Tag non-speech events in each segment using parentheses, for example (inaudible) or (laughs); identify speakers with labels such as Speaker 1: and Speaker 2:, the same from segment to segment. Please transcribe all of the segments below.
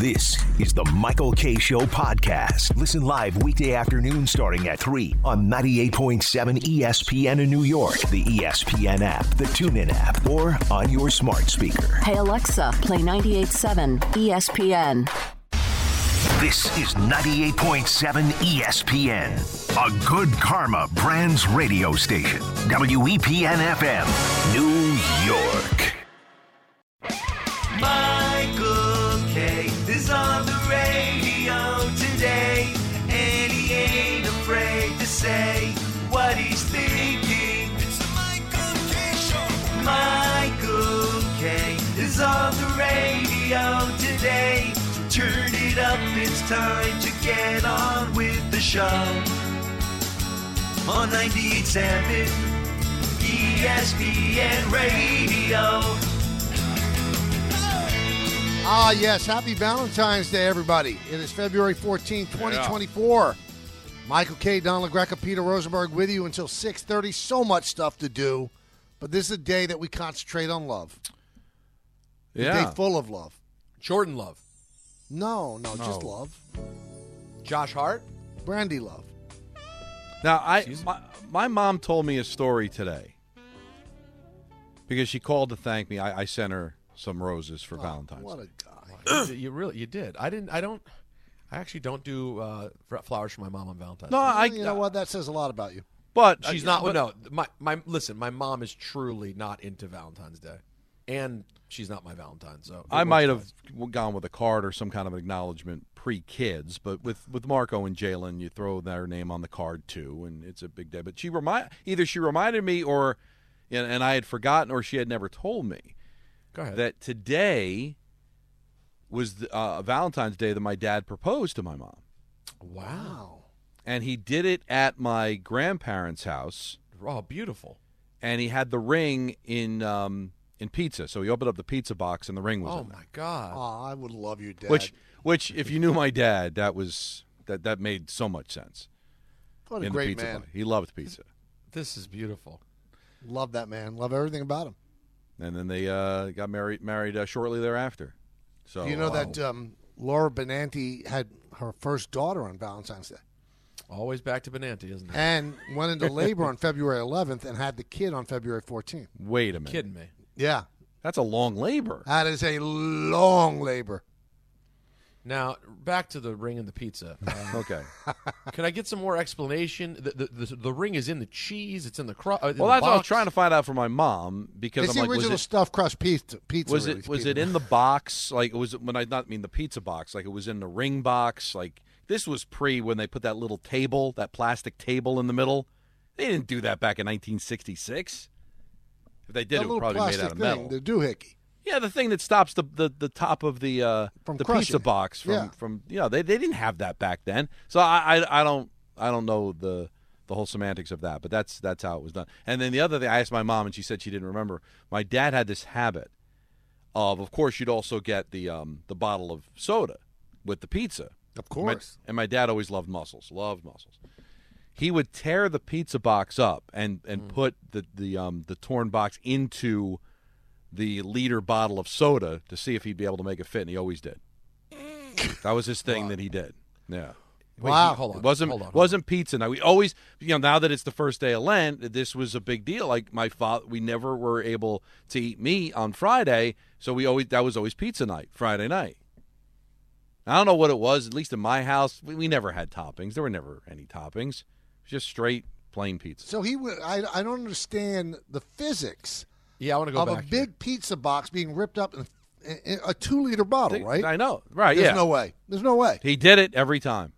Speaker 1: This is the Michael K. Show podcast. Listen live weekday afternoon starting at 3 on 98.7 ESPN in New York, the E ESPN app, the TuneIn app, or on your smart speaker.
Speaker 2: Hey Alexa, play E 98.7 ESPN.
Speaker 1: This is 98.7 ESPN, a good karma brands radio station. E WEPN FM, New York.
Speaker 3: Michael K is on the radio today, and he ain't afraid to say what he's thinking. It's the Michael K Show. Michael K is on the radio today. So turn it up, it's time to get on with the show. On 98.7 ESPN Radio.
Speaker 4: Ah, yes. Happy Valentine's Day, everybody. It is February 14, 2024. Michael K., Don LaGreca, Peter Rosenberg with you until 6.30. So much stuff to do. But this is a day that we concentrate on love. A
Speaker 5: Yeah.
Speaker 4: day full of love.
Speaker 5: Jordan Love.
Speaker 4: No, no, just
Speaker 5: No.
Speaker 4: love.
Speaker 5: Josh Hart.
Speaker 4: Brandy love.
Speaker 5: Now, I my, my mom told me a story today because she called to thank me. I, I sent her some roses for Valentine's.
Speaker 4: Oh, What a
Speaker 5: Day.
Speaker 4: guy.
Speaker 6: you you really you did. I didn't. I don't. I actually don't do uh, fr- flowers for my mom on Valentine's.
Speaker 5: No, I.
Speaker 4: you know what? That says a lot about you.
Speaker 5: But
Speaker 6: she's not.
Speaker 5: But,
Speaker 6: no, my my listen. My mom is truly not into Valentine's Day, and she's not my Valentine. So it
Speaker 5: I might
Speaker 6: works
Speaker 5: have gone with a card or some kind of acknowledgement pre-kids, but with, with Marco and Jalen, you throw their name on the card too, and it's a big day. But she remind either she reminded me or, and, and I had forgotten, or she had never told me.
Speaker 6: fine. Go ahead.
Speaker 5: that today was the, uh, Valentine's Day that my dad proposed to my mom,
Speaker 6: wow.
Speaker 5: and he did it at my grandparents' house,
Speaker 6: Oh, beautiful.
Speaker 5: and he had the ring in um, in pizza. So he opened up the pizza box, and the ring was
Speaker 6: Oh
Speaker 5: in there.
Speaker 6: my God.
Speaker 4: Aw, I would love your dad.
Speaker 5: Uh, Which, which, if you knew my dad, that was that that made so much sense.
Speaker 4: what a
Speaker 5: in the
Speaker 4: great
Speaker 5: pizza
Speaker 4: man.
Speaker 5: box. He loved pizza,
Speaker 6: This is beautiful.
Speaker 4: Love that man. Love everything about him.
Speaker 5: and then they uh, got married married uh, shortly thereafter. So
Speaker 4: Do you know
Speaker 5: uh,
Speaker 4: that um, Laura Benanti had her first daughter on Valentine's Day?
Speaker 6: Always back to Benanti, isn't it?
Speaker 4: and went into labor
Speaker 5: (laughs)
Speaker 4: on February 11th and had the kid on February 14th.
Speaker 5: Wait a minute,
Speaker 6: Kidding me.
Speaker 4: Yeah,
Speaker 5: that's a
Speaker 4: (laughs)
Speaker 5: long labor.
Speaker 4: that is a long labor.
Speaker 6: Now back to the ring and the
Speaker 5: (laughs)
Speaker 6: pizza. Um,
Speaker 5: Okay.
Speaker 6: Can I get some more explanation? The, the, the, the ring is in the cheese. It's in the crust.
Speaker 5: Well, that's what I was trying to find out from my mom because
Speaker 4: It's the
Speaker 5: I'm like, was
Speaker 4: original
Speaker 5: it,
Speaker 4: stuffed crust pizza. pizza
Speaker 5: was
Speaker 4: really,
Speaker 5: it was
Speaker 4: pizza.
Speaker 5: it in the box? Like, was it when I not mean the pizza box? Like, it was in the ring box. Like, this was pre when they put that little table, that plastic table in the middle. They didn't do that back in 1966. If they did,
Speaker 4: That
Speaker 5: it
Speaker 4: little
Speaker 5: was probably made
Speaker 4: plastic
Speaker 5: out of
Speaker 4: thing,
Speaker 5: metal.
Speaker 4: the doohickey.
Speaker 5: yeah, the thing that stops the the, the top of the uh,
Speaker 4: From
Speaker 5: the
Speaker 4: crushing
Speaker 5: pizza
Speaker 4: it.
Speaker 5: box from
Speaker 4: Yeah.
Speaker 5: from you know they, they didn't have that back then. So I, I I don't I don't know the the whole semantics of that, but that's that's how it was done. And then the other thing I asked my mom, and she said she didn't remember. My dad had this habit of, of course, you'd also get the um, the bottle of soda with the pizza.
Speaker 4: Of
Speaker 5: My-
Speaker 4: course.
Speaker 5: and my dad always loved mussels, loved mussels. He would tear the pizza box up and
Speaker 4: Mm.
Speaker 5: and put the the um the torn box into the liter bottle of soda to see if he'd be able to make it fit, and he always did. that was his thing that he did. Yeah.
Speaker 4: Wow.
Speaker 6: hold on.
Speaker 5: It wasn't
Speaker 6: hold on, hold on.
Speaker 5: wasn't pizza. Now we always, you know, now that it's the first day of Lent, this was a big deal. Like my father, we never were able to eat meat on Friday, so we always that was always pizza night, Friday night. I don't know what it was. At least in my house, we, we never had toppings. There were never any toppings. It was just straight plain pizza.
Speaker 4: So he would. I, I don't understand the physics
Speaker 6: Yeah, I want to go
Speaker 4: of a
Speaker 6: back.
Speaker 4: big
Speaker 6: here.
Speaker 4: pizza box being ripped up in, in, in a two liter bottle, right?
Speaker 5: I know. Right?
Speaker 4: There's
Speaker 5: yeah.
Speaker 4: no way. There's no way.
Speaker 5: he did it every time.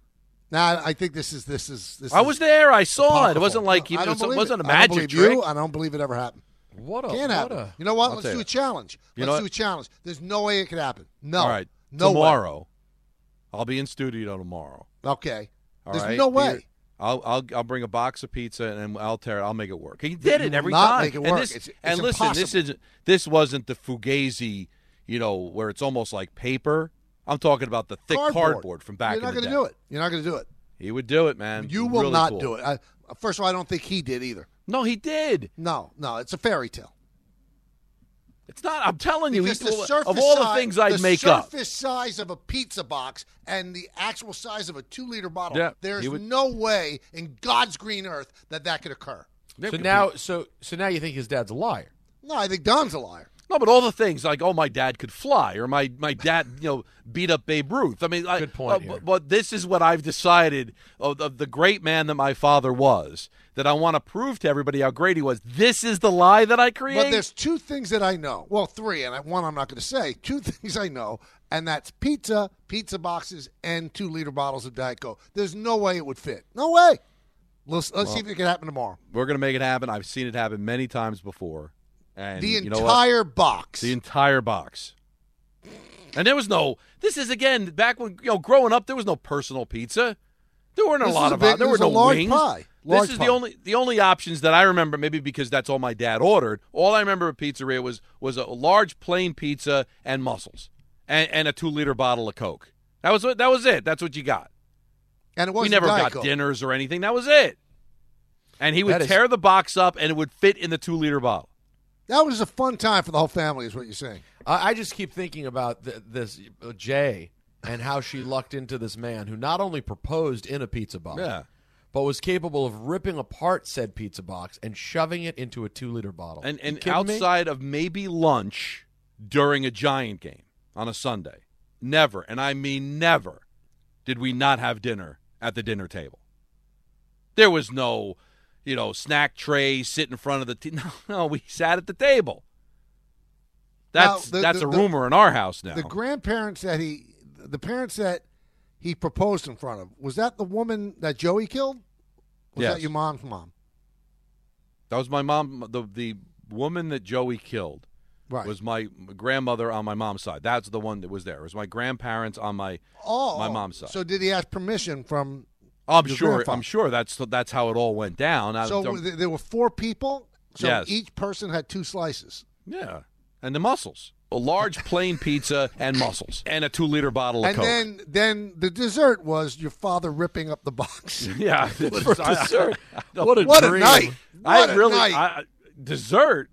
Speaker 4: Now I think this is this is this.
Speaker 5: I
Speaker 4: is
Speaker 5: was there. I saw it. It
Speaker 4: apocryphal.
Speaker 5: wasn't like he,
Speaker 4: I
Speaker 5: it
Speaker 4: don't
Speaker 5: was, it
Speaker 4: believe
Speaker 5: wasn't a
Speaker 4: I don't
Speaker 5: magic
Speaker 4: believe
Speaker 5: trick. Oh,
Speaker 4: you. I don't believe it ever happened.
Speaker 6: What a
Speaker 4: Can't
Speaker 6: what
Speaker 4: happen.
Speaker 6: a
Speaker 4: You know what?
Speaker 5: I'll
Speaker 4: Let's
Speaker 5: tell
Speaker 4: do
Speaker 5: you.
Speaker 4: a challenge.
Speaker 5: You know
Speaker 4: Let's do
Speaker 5: what?
Speaker 4: a challenge. There's no way it could happen. No.
Speaker 5: All right.
Speaker 4: No way.
Speaker 5: tomorrow, I'll be in studio tomorrow.
Speaker 4: Okay.
Speaker 5: All
Speaker 4: There's
Speaker 5: right?
Speaker 4: no way.
Speaker 5: Peter, I'll, I'll I'll bring a box of pizza and I'll tear it. I'll make it work. He did
Speaker 4: You
Speaker 5: it
Speaker 4: will
Speaker 5: every
Speaker 4: not
Speaker 5: time.
Speaker 4: make it
Speaker 5: and
Speaker 4: work.
Speaker 5: this,
Speaker 4: It's-
Speaker 5: and
Speaker 4: it's
Speaker 5: listen, this is this wasn't the fugazi, you know, where it's almost like paper. I'm talking about the thick cardboard, from back
Speaker 4: You're not
Speaker 5: in the
Speaker 4: gonna
Speaker 5: day.
Speaker 4: do it. You're not going to do it.
Speaker 5: He would do it, man.
Speaker 4: You will
Speaker 5: Really
Speaker 4: not
Speaker 5: cool.
Speaker 4: do it. I, first of all, I don't think he did either.
Speaker 5: No, he did.
Speaker 4: No, no, it's a fairy tale.
Speaker 5: It's not. I'm telling you,
Speaker 4: Because
Speaker 5: he's-
Speaker 4: the surface
Speaker 5: of all the
Speaker 4: size-
Speaker 5: things I'd
Speaker 4: the
Speaker 5: make
Speaker 4: surface
Speaker 5: up.
Speaker 4: size of a pizza box and the actual size of a two liter bottle.
Speaker 5: Yeah,
Speaker 4: there's
Speaker 5: he would-
Speaker 4: no way in God's green earth that that could occur.
Speaker 6: So now, so so now you think his dad's a liar?
Speaker 4: No, I think Don's a liar.
Speaker 5: No, but all the things like, oh, my dad could fly, or my my dad, you know, beat up Babe Ruth. I mean, I,
Speaker 6: Good point
Speaker 5: uh,
Speaker 6: here.
Speaker 5: But, but this is what I've decided of, of the great man that my father was. That I want to prove to everybody how great he was. This is the lie that I create.
Speaker 4: But there's two things that I know. Well, three, and I- one I'm not going to say. (laughs) Two things I know, and that's pizza, pizza boxes, and two liter bottles of Diet Coke. There's no way it would fit. No way. Let's, let's see if it can happen tomorrow.
Speaker 5: We're gonna make it happen. I've seen it happen many times before. And
Speaker 4: The
Speaker 5: you know what?
Speaker 4: entire box.
Speaker 5: The entire box. And there was no. This is again back when you know growing up. There was no personal pizza. There weren't
Speaker 4: This
Speaker 5: a
Speaker 4: is
Speaker 5: lot
Speaker 4: a
Speaker 5: of.
Speaker 4: big- this
Speaker 5: there were
Speaker 4: is a
Speaker 5: no
Speaker 4: large
Speaker 5: wings.
Speaker 4: pie. Large
Speaker 5: this is
Speaker 4: pie.
Speaker 5: the only the only options that I remember. Maybe because that's all my dad ordered. All I remember at pizzeria was was a large plain pizza and mussels, and, and a two liter bottle of Coke. That was what, that was it. That's what you got.
Speaker 4: and it
Speaker 5: We
Speaker 4: wasn't
Speaker 5: never
Speaker 4: Diet
Speaker 5: got
Speaker 4: Coke.
Speaker 5: dinners or anything. That was it. And he would
Speaker 6: That is-
Speaker 5: tear the box up, and it would fit in the two liter bottle.
Speaker 4: That was a fun time for the whole family, is what you're saying.
Speaker 6: I, I just keep thinking about th- this uh, Jay and how she lucked into this man who not only proposed in a pizza box,
Speaker 5: Yeah.
Speaker 6: but was capable of ripping apart said pizza box and shoving it into a two-liter bottle.
Speaker 5: and
Speaker 6: You
Speaker 5: and
Speaker 6: kidding me?
Speaker 5: outside of maybe lunch during a giant game on a Sunday, never, and I mean never, did we not have dinner at the dinner table. There was no, you know, snack tray sit in front of the t- (laughs) no, no, we sat at the table. That's
Speaker 4: Now, the-
Speaker 5: that's
Speaker 4: the-
Speaker 5: a
Speaker 4: the-
Speaker 5: rumor in our house now.
Speaker 4: The grandparents that he, the parents that he proposed in front of, was that the woman that Joey killed? Was
Speaker 5: Yes.
Speaker 4: that your mom's mom?
Speaker 5: that was my mom, the the woman that Joey killed.
Speaker 4: Right.
Speaker 5: Was my grandmother on my mom's side? That's the one that was there. It was my grandparents on my
Speaker 4: oh,
Speaker 5: my
Speaker 4: oh.
Speaker 5: mom's side.
Speaker 4: So did he ask permission from?
Speaker 5: I'm
Speaker 4: Your
Speaker 5: sure.
Speaker 4: grandfather.
Speaker 5: I'm sure that's that's how it all went down. I-
Speaker 4: So
Speaker 5: I'm-
Speaker 4: th- there were four people. So
Speaker 5: Uh, Yes.
Speaker 4: each person had two slices,
Speaker 5: yeah, and the mussels, a large plain pizza and mussels, and a two liter bottle of
Speaker 4: and
Speaker 5: Coke.
Speaker 4: then then the dessert was your father ripping up the
Speaker 5: (laughs)
Speaker 4: box.
Speaker 5: (laughs)
Speaker 4: (laughs)
Speaker 5: yeah,
Speaker 6: For dessert. what a
Speaker 4: what
Speaker 6: dream.
Speaker 4: a night! What
Speaker 5: I
Speaker 4: a
Speaker 5: really
Speaker 4: night.
Speaker 5: I, dessert.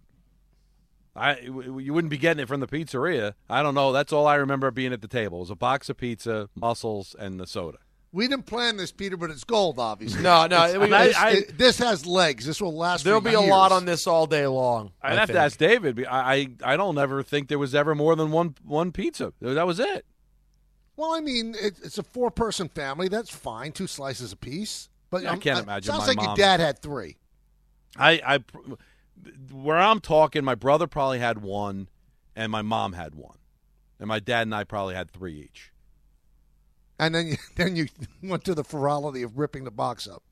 Speaker 5: I you wouldn't be getting it from the pizzeria. I don't know. That's all I remember being at the table was a box of pizza, mussels, and the soda.
Speaker 4: we didn't plan this, Peter, but it's gold, obviously.
Speaker 6: No, no. we-
Speaker 5: I-
Speaker 6: this-
Speaker 4: This- it- this has legs. This will last. for
Speaker 6: there'll be a lot
Speaker 4: years.
Speaker 6: on this all day long.
Speaker 5: I'd
Speaker 6: I
Speaker 5: have
Speaker 6: think.
Speaker 5: to ask David. be- I, I I don't ever think there was ever more than one one pizza. That was it.
Speaker 4: Well, I mean, it, it's a four-person family. That's fine. Two slices apiece. But
Speaker 5: Yeah, I
Speaker 4: I'm-
Speaker 5: can't
Speaker 4: uh,
Speaker 5: imagine
Speaker 4: Sounds
Speaker 5: my
Speaker 4: like your
Speaker 5: mom-
Speaker 4: dad had three.
Speaker 5: I, I pr- where I'm talking, my brother probably had one, and my mom had one, and my dad and I probably had three each.
Speaker 4: And then you, (laughs) then you went to the ferality of ripping the box up.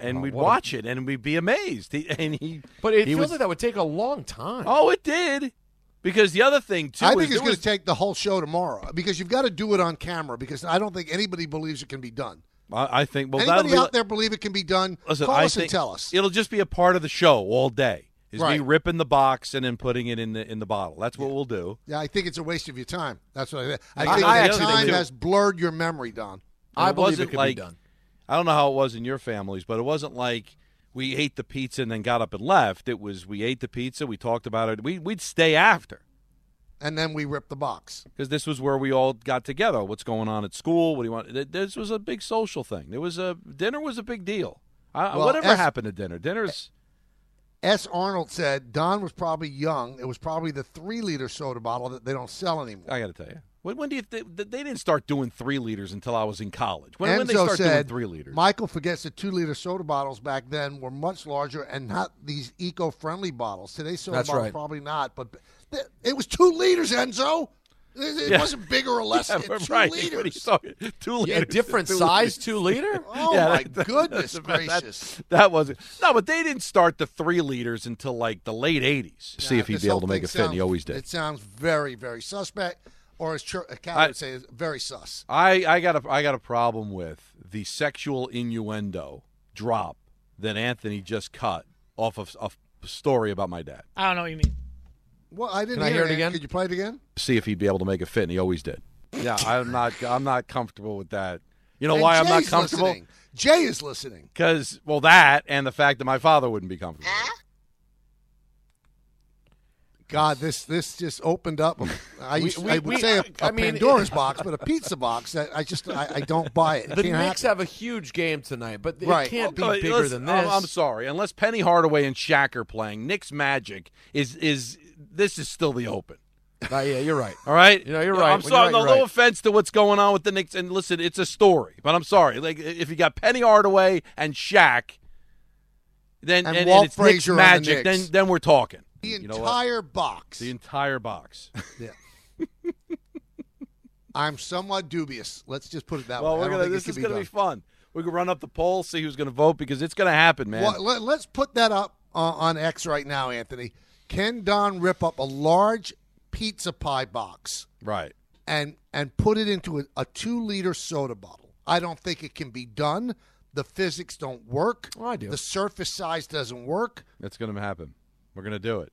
Speaker 5: And we'd watch it, and we'd be amazed. He, and he,
Speaker 6: But it
Speaker 5: he
Speaker 6: feels
Speaker 5: was-
Speaker 6: like that would take a long time.
Speaker 5: oh, it did, because the other thing too.
Speaker 4: I
Speaker 5: is
Speaker 4: think it's
Speaker 5: there
Speaker 4: going
Speaker 5: was,
Speaker 4: to take the whole show tomorrow because you've got to do it on camera because I don't think anybody believes it can be done.
Speaker 5: I, I think. Well, that'll
Speaker 4: Anybody
Speaker 5: be
Speaker 4: out
Speaker 5: like-
Speaker 4: there believe it can be done?
Speaker 5: Listen,
Speaker 4: call
Speaker 5: I
Speaker 4: us
Speaker 5: think
Speaker 4: and tell us.
Speaker 5: It'll just be a part of the show all day. Is me
Speaker 4: Right.
Speaker 5: ripping the box and then putting it in the in the bottle. That's what we'll do.
Speaker 4: yeah, I think it's a waste of your time. That's what I think.
Speaker 5: I-
Speaker 4: I think
Speaker 5: I
Speaker 4: that
Speaker 5: actually
Speaker 4: time
Speaker 5: do.
Speaker 4: has blurred your memory, Don.
Speaker 5: And
Speaker 6: I
Speaker 5: it
Speaker 6: believe
Speaker 5: wasn't
Speaker 6: it could
Speaker 5: like-
Speaker 6: be done.
Speaker 5: I don't know how it was in your families, but it wasn't like we ate the pizza and then got up and left. It was we ate the pizza, we talked about it. We we'd stay after
Speaker 4: And then we ripped the box.
Speaker 5: because this was where we all got together. What's going on at school? What do you want? th- This was a big social thing. There was a dinner was a big deal. I,
Speaker 4: Well,
Speaker 5: whatever
Speaker 4: as-
Speaker 5: happened to dinner? Dinner's
Speaker 4: S. Arnold said Don was probably young. It was probably the three liter soda bottle that they don't sell anymore.
Speaker 5: I got to tell you. When, when do you th- th- they didn't start doing three liters until I was in college? When,
Speaker 4: Enzo
Speaker 5: when they start
Speaker 4: said,
Speaker 5: doing three liters?
Speaker 4: Michael forgets that two liter soda bottles back then were much larger and not these eco friendly bottles. Today's soda
Speaker 6: That's
Speaker 4: bottles
Speaker 6: right.
Speaker 4: probably not, but th- it was two liters, Enzo. It, it
Speaker 5: Yeah.
Speaker 4: wasn't bigger or less.
Speaker 5: (laughs) Yeah,
Speaker 4: It-
Speaker 5: we're
Speaker 4: two
Speaker 5: (laughs) right. What are you
Speaker 4: liters.
Speaker 5: talking? Two liters.
Speaker 6: Yeah, a different
Speaker 5: (laughs) Two
Speaker 6: size,
Speaker 5: liters.
Speaker 6: two liter.
Speaker 4: Oh
Speaker 5: Yeah,
Speaker 4: my
Speaker 5: that- that-
Speaker 4: goodness
Speaker 5: that's about- that-
Speaker 4: gracious!
Speaker 5: That wasn't no, but they didn't start the three liters until like the late '80s. See
Speaker 4: Nah,
Speaker 5: if he'd
Speaker 4: this
Speaker 5: be able
Speaker 4: whole
Speaker 5: to make
Speaker 4: thing
Speaker 5: a fit. and He
Speaker 4: sounds-
Speaker 5: always did.
Speaker 4: It sounds very, very suspect, or as Ch- Cal
Speaker 5: I-
Speaker 4: would say, very sus.
Speaker 5: I, I got a I got a problem with the sexual innuendo drop that Anthony just cut off of a story about my dad.
Speaker 7: I don't know what you mean.
Speaker 4: Well, I didn't
Speaker 6: Can I hear it
Speaker 4: Ann.
Speaker 6: again?
Speaker 4: Could you play it again?
Speaker 5: See if he'd be able to make a fit, and he always did. Yeah, I'm not I'm not comfortable with that. You know
Speaker 4: And
Speaker 5: why I'm not
Speaker 4: Jay's
Speaker 5: comfortable?
Speaker 4: listening. Jay is listening.
Speaker 5: Because well, that and the fact that my father wouldn't be comfortable.
Speaker 4: God, this this just opened up. I, used,
Speaker 6: we-
Speaker 4: I would
Speaker 6: we-
Speaker 4: say a,
Speaker 6: I
Speaker 4: a (laughs)
Speaker 6: mean-
Speaker 4: Pandora's box, but a pizza box. That I just I, I don't buy it. It
Speaker 6: The
Speaker 4: can't
Speaker 6: Knicks
Speaker 4: happen.
Speaker 6: have a huge game tonight, but it
Speaker 4: Right.
Speaker 6: can't
Speaker 5: Uh,
Speaker 6: be bigger
Speaker 5: let's-
Speaker 6: than this.
Speaker 5: I'm, I'm sorry, unless Penny Hardaway and Shaq are playing, Nick's Magic is is this is still the open.
Speaker 4: Oh,
Speaker 6: Uh, yeah, you're right.
Speaker 5: All right,
Speaker 6: You know, you're right.
Speaker 5: I'm
Speaker 6: You're
Speaker 5: sorry.
Speaker 6: right,
Speaker 5: no,
Speaker 6: you're
Speaker 5: no
Speaker 6: right.
Speaker 5: offense to what's going on with the Knicks, and listen, it's a story. But I'm sorry. Like if you got Penny Hardaway and Shaq, then
Speaker 4: And
Speaker 5: and,
Speaker 4: Walt
Speaker 5: it's Nick's
Speaker 4: Frazier on the
Speaker 5: Magic,
Speaker 4: Knicks.
Speaker 5: then then we're talking.
Speaker 4: the
Speaker 5: You know what?
Speaker 4: entire box.
Speaker 5: the entire box.
Speaker 4: yeah. (laughs) I'm somewhat dubious. Let's just put it that
Speaker 5: well,
Speaker 4: way.
Speaker 5: we're
Speaker 4: I don't
Speaker 5: gonna.
Speaker 4: think it
Speaker 5: This
Speaker 4: can
Speaker 5: is gonna
Speaker 4: done.
Speaker 5: be fun. We can run up the poll, see who's gonna vote because it's gonna happen, man.
Speaker 4: Well, let, let's put that up uh, on X right now, Anthony. Can Don rip up a large pizza pie box
Speaker 5: Right.
Speaker 4: and and put it into a, a two liter soda bottle? I don't think it can be done. The physics don't work.
Speaker 6: Oh, I do.
Speaker 4: The surface size doesn't work.
Speaker 5: That's gonna happen. We're gonna do it.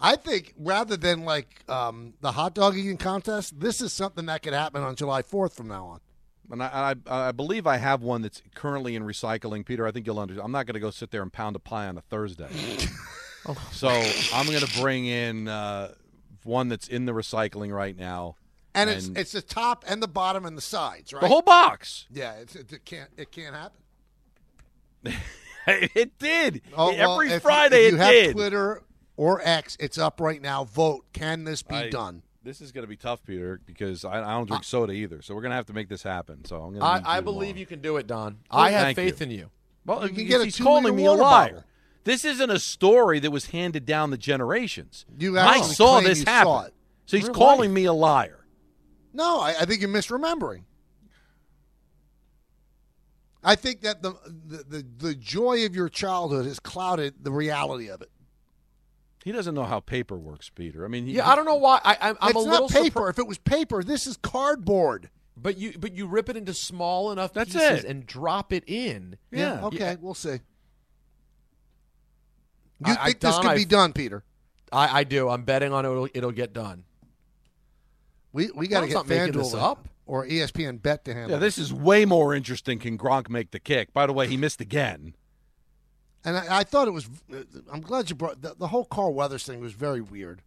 Speaker 4: I think rather than like um, the hot dog eating contest, this is something that could happen on July fourth from now on.
Speaker 5: and I, I I believe I have one that's currently in recycling, Peter. I think you'll understand. I'm not going to go sit there and pound a pie on a Thursday, so I'm going to bring in uh, one that's in the recycling right now.
Speaker 4: And, it's
Speaker 5: And-
Speaker 4: it's the top and the bottom and the sides, right?
Speaker 5: The
Speaker 4: (laughs)
Speaker 5: whole box.
Speaker 4: yeah, it's, it, it can't it can't happen.
Speaker 5: it did
Speaker 4: Oh,
Speaker 5: every
Speaker 4: well, if you-
Speaker 5: Friday.
Speaker 4: If you
Speaker 5: it
Speaker 4: have
Speaker 5: did.
Speaker 4: Twitter or X, it's up right now. Vote. Can this be
Speaker 5: I-
Speaker 4: done? Uh,
Speaker 5: This is going to be tough, Peter, because I, I don't drink soda either. So we're going to have to make this happen. So I'm going
Speaker 6: I, I believe you can do it, Don.
Speaker 4: Oh,
Speaker 6: I have
Speaker 5: Thank
Speaker 6: faith
Speaker 5: you.
Speaker 6: in you.
Speaker 5: Well,
Speaker 4: You can
Speaker 5: he's-
Speaker 4: get a
Speaker 5: he's
Speaker 4: two-liter
Speaker 5: calling me a
Speaker 4: water
Speaker 5: liar.
Speaker 4: bottle.
Speaker 5: This isn't a story that was handed down the generations.
Speaker 4: You
Speaker 5: I
Speaker 4: actually
Speaker 5: saw
Speaker 4: claim
Speaker 5: this
Speaker 4: you saw
Speaker 5: happen.
Speaker 4: it.
Speaker 5: So he's
Speaker 6: Real
Speaker 5: calling
Speaker 6: life.
Speaker 5: me a liar.
Speaker 4: No, I, I think you're misremembering. I think that the, the the the joy of your childhood has clouded the reality of it.
Speaker 5: He doesn't know how paper works, Peter. I mean, he,
Speaker 6: Yeah, I don't know why. I, I'm, I'm
Speaker 4: it's
Speaker 6: a little
Speaker 4: not paper.
Speaker 6: surpri-
Speaker 4: if it was paper, this is cardboard.
Speaker 6: but you but you rip it into small enough
Speaker 5: That's
Speaker 6: pieces
Speaker 5: it.
Speaker 6: and drop it in.
Speaker 5: Yeah.
Speaker 4: Okay, we'll see. You
Speaker 6: I- I-
Speaker 4: think this
Speaker 6: Don,
Speaker 4: could
Speaker 6: I-
Speaker 4: be done, Peter?
Speaker 6: I, I do. I'm betting on it'll it'll get done.
Speaker 4: We we got to
Speaker 6: Don's
Speaker 4: get
Speaker 6: not making
Speaker 4: FanDuel
Speaker 6: this
Speaker 4: to-
Speaker 6: up.
Speaker 4: or E ESPN Bet to handle.
Speaker 5: (laughs) Yeah, this is way more interesting. Can Gronk make the kick? By the way, he missed again.
Speaker 4: And I, I thought it was. uh, I'm glad you brought the, the whole Carl Weathers thing was very weird.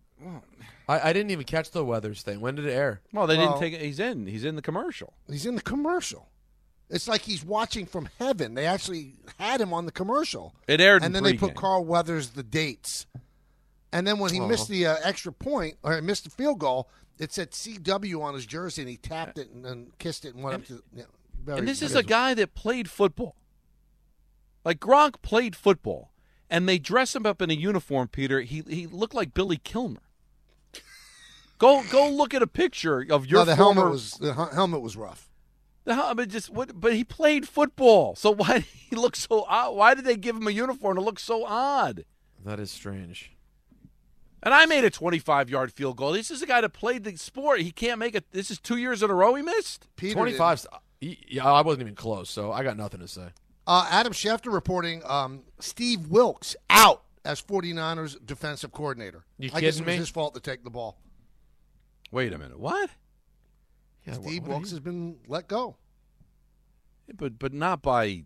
Speaker 6: I, I didn't even catch the weathers thing. When did it air?
Speaker 5: Well, they
Speaker 4: Well-
Speaker 5: didn't take it. He's in. He's in the commercial.
Speaker 4: He's in the commercial. It's like he's watching from heaven. They actually had him on the commercial,
Speaker 5: It aired,
Speaker 4: and then
Speaker 5: in
Speaker 4: they put
Speaker 5: pregame.
Speaker 4: Carl Weathers the dates. And then when he
Speaker 5: Oh.
Speaker 4: missed the uh, extra point or he missed the field goal, it said CW on his jersey, and he tapped it and, and kissed it and went up to. Yeah, very
Speaker 5: And this is a
Speaker 4: weird.
Speaker 5: guy that played football. Like Gronk played football, and they dress him up in a uniform. Peter, he he looked like Billy Kilmer. go go look at a picture of your
Speaker 4: No, the
Speaker 5: former.
Speaker 4: helmet was the hel- helmet was rough.
Speaker 5: the hel- I mean, just what? But he played football, so why (laughs) did he look so odd? Why did they give him a uniform to look so odd?
Speaker 6: That is strange.
Speaker 5: And I made a 25 yard field goal. This is a guy that played the sport. He can't make it. This is two years in a row he missed.
Speaker 4: Peter
Speaker 6: Twenty five. Yeah, I wasn't even close, so I got nothing to say.
Speaker 4: Uh, Adam Schefter reporting um, Steve Wilkes out as 49ers defensive coordinator.
Speaker 6: You
Speaker 4: I guess
Speaker 6: kidding
Speaker 4: it was
Speaker 6: me?
Speaker 4: his fault to take the ball.
Speaker 5: Wait a minute. What?
Speaker 6: Yeah, wha-
Speaker 4: Steve
Speaker 6: what are
Speaker 4: Wilkes
Speaker 6: you-
Speaker 4: has been let go.
Speaker 5: But but not by.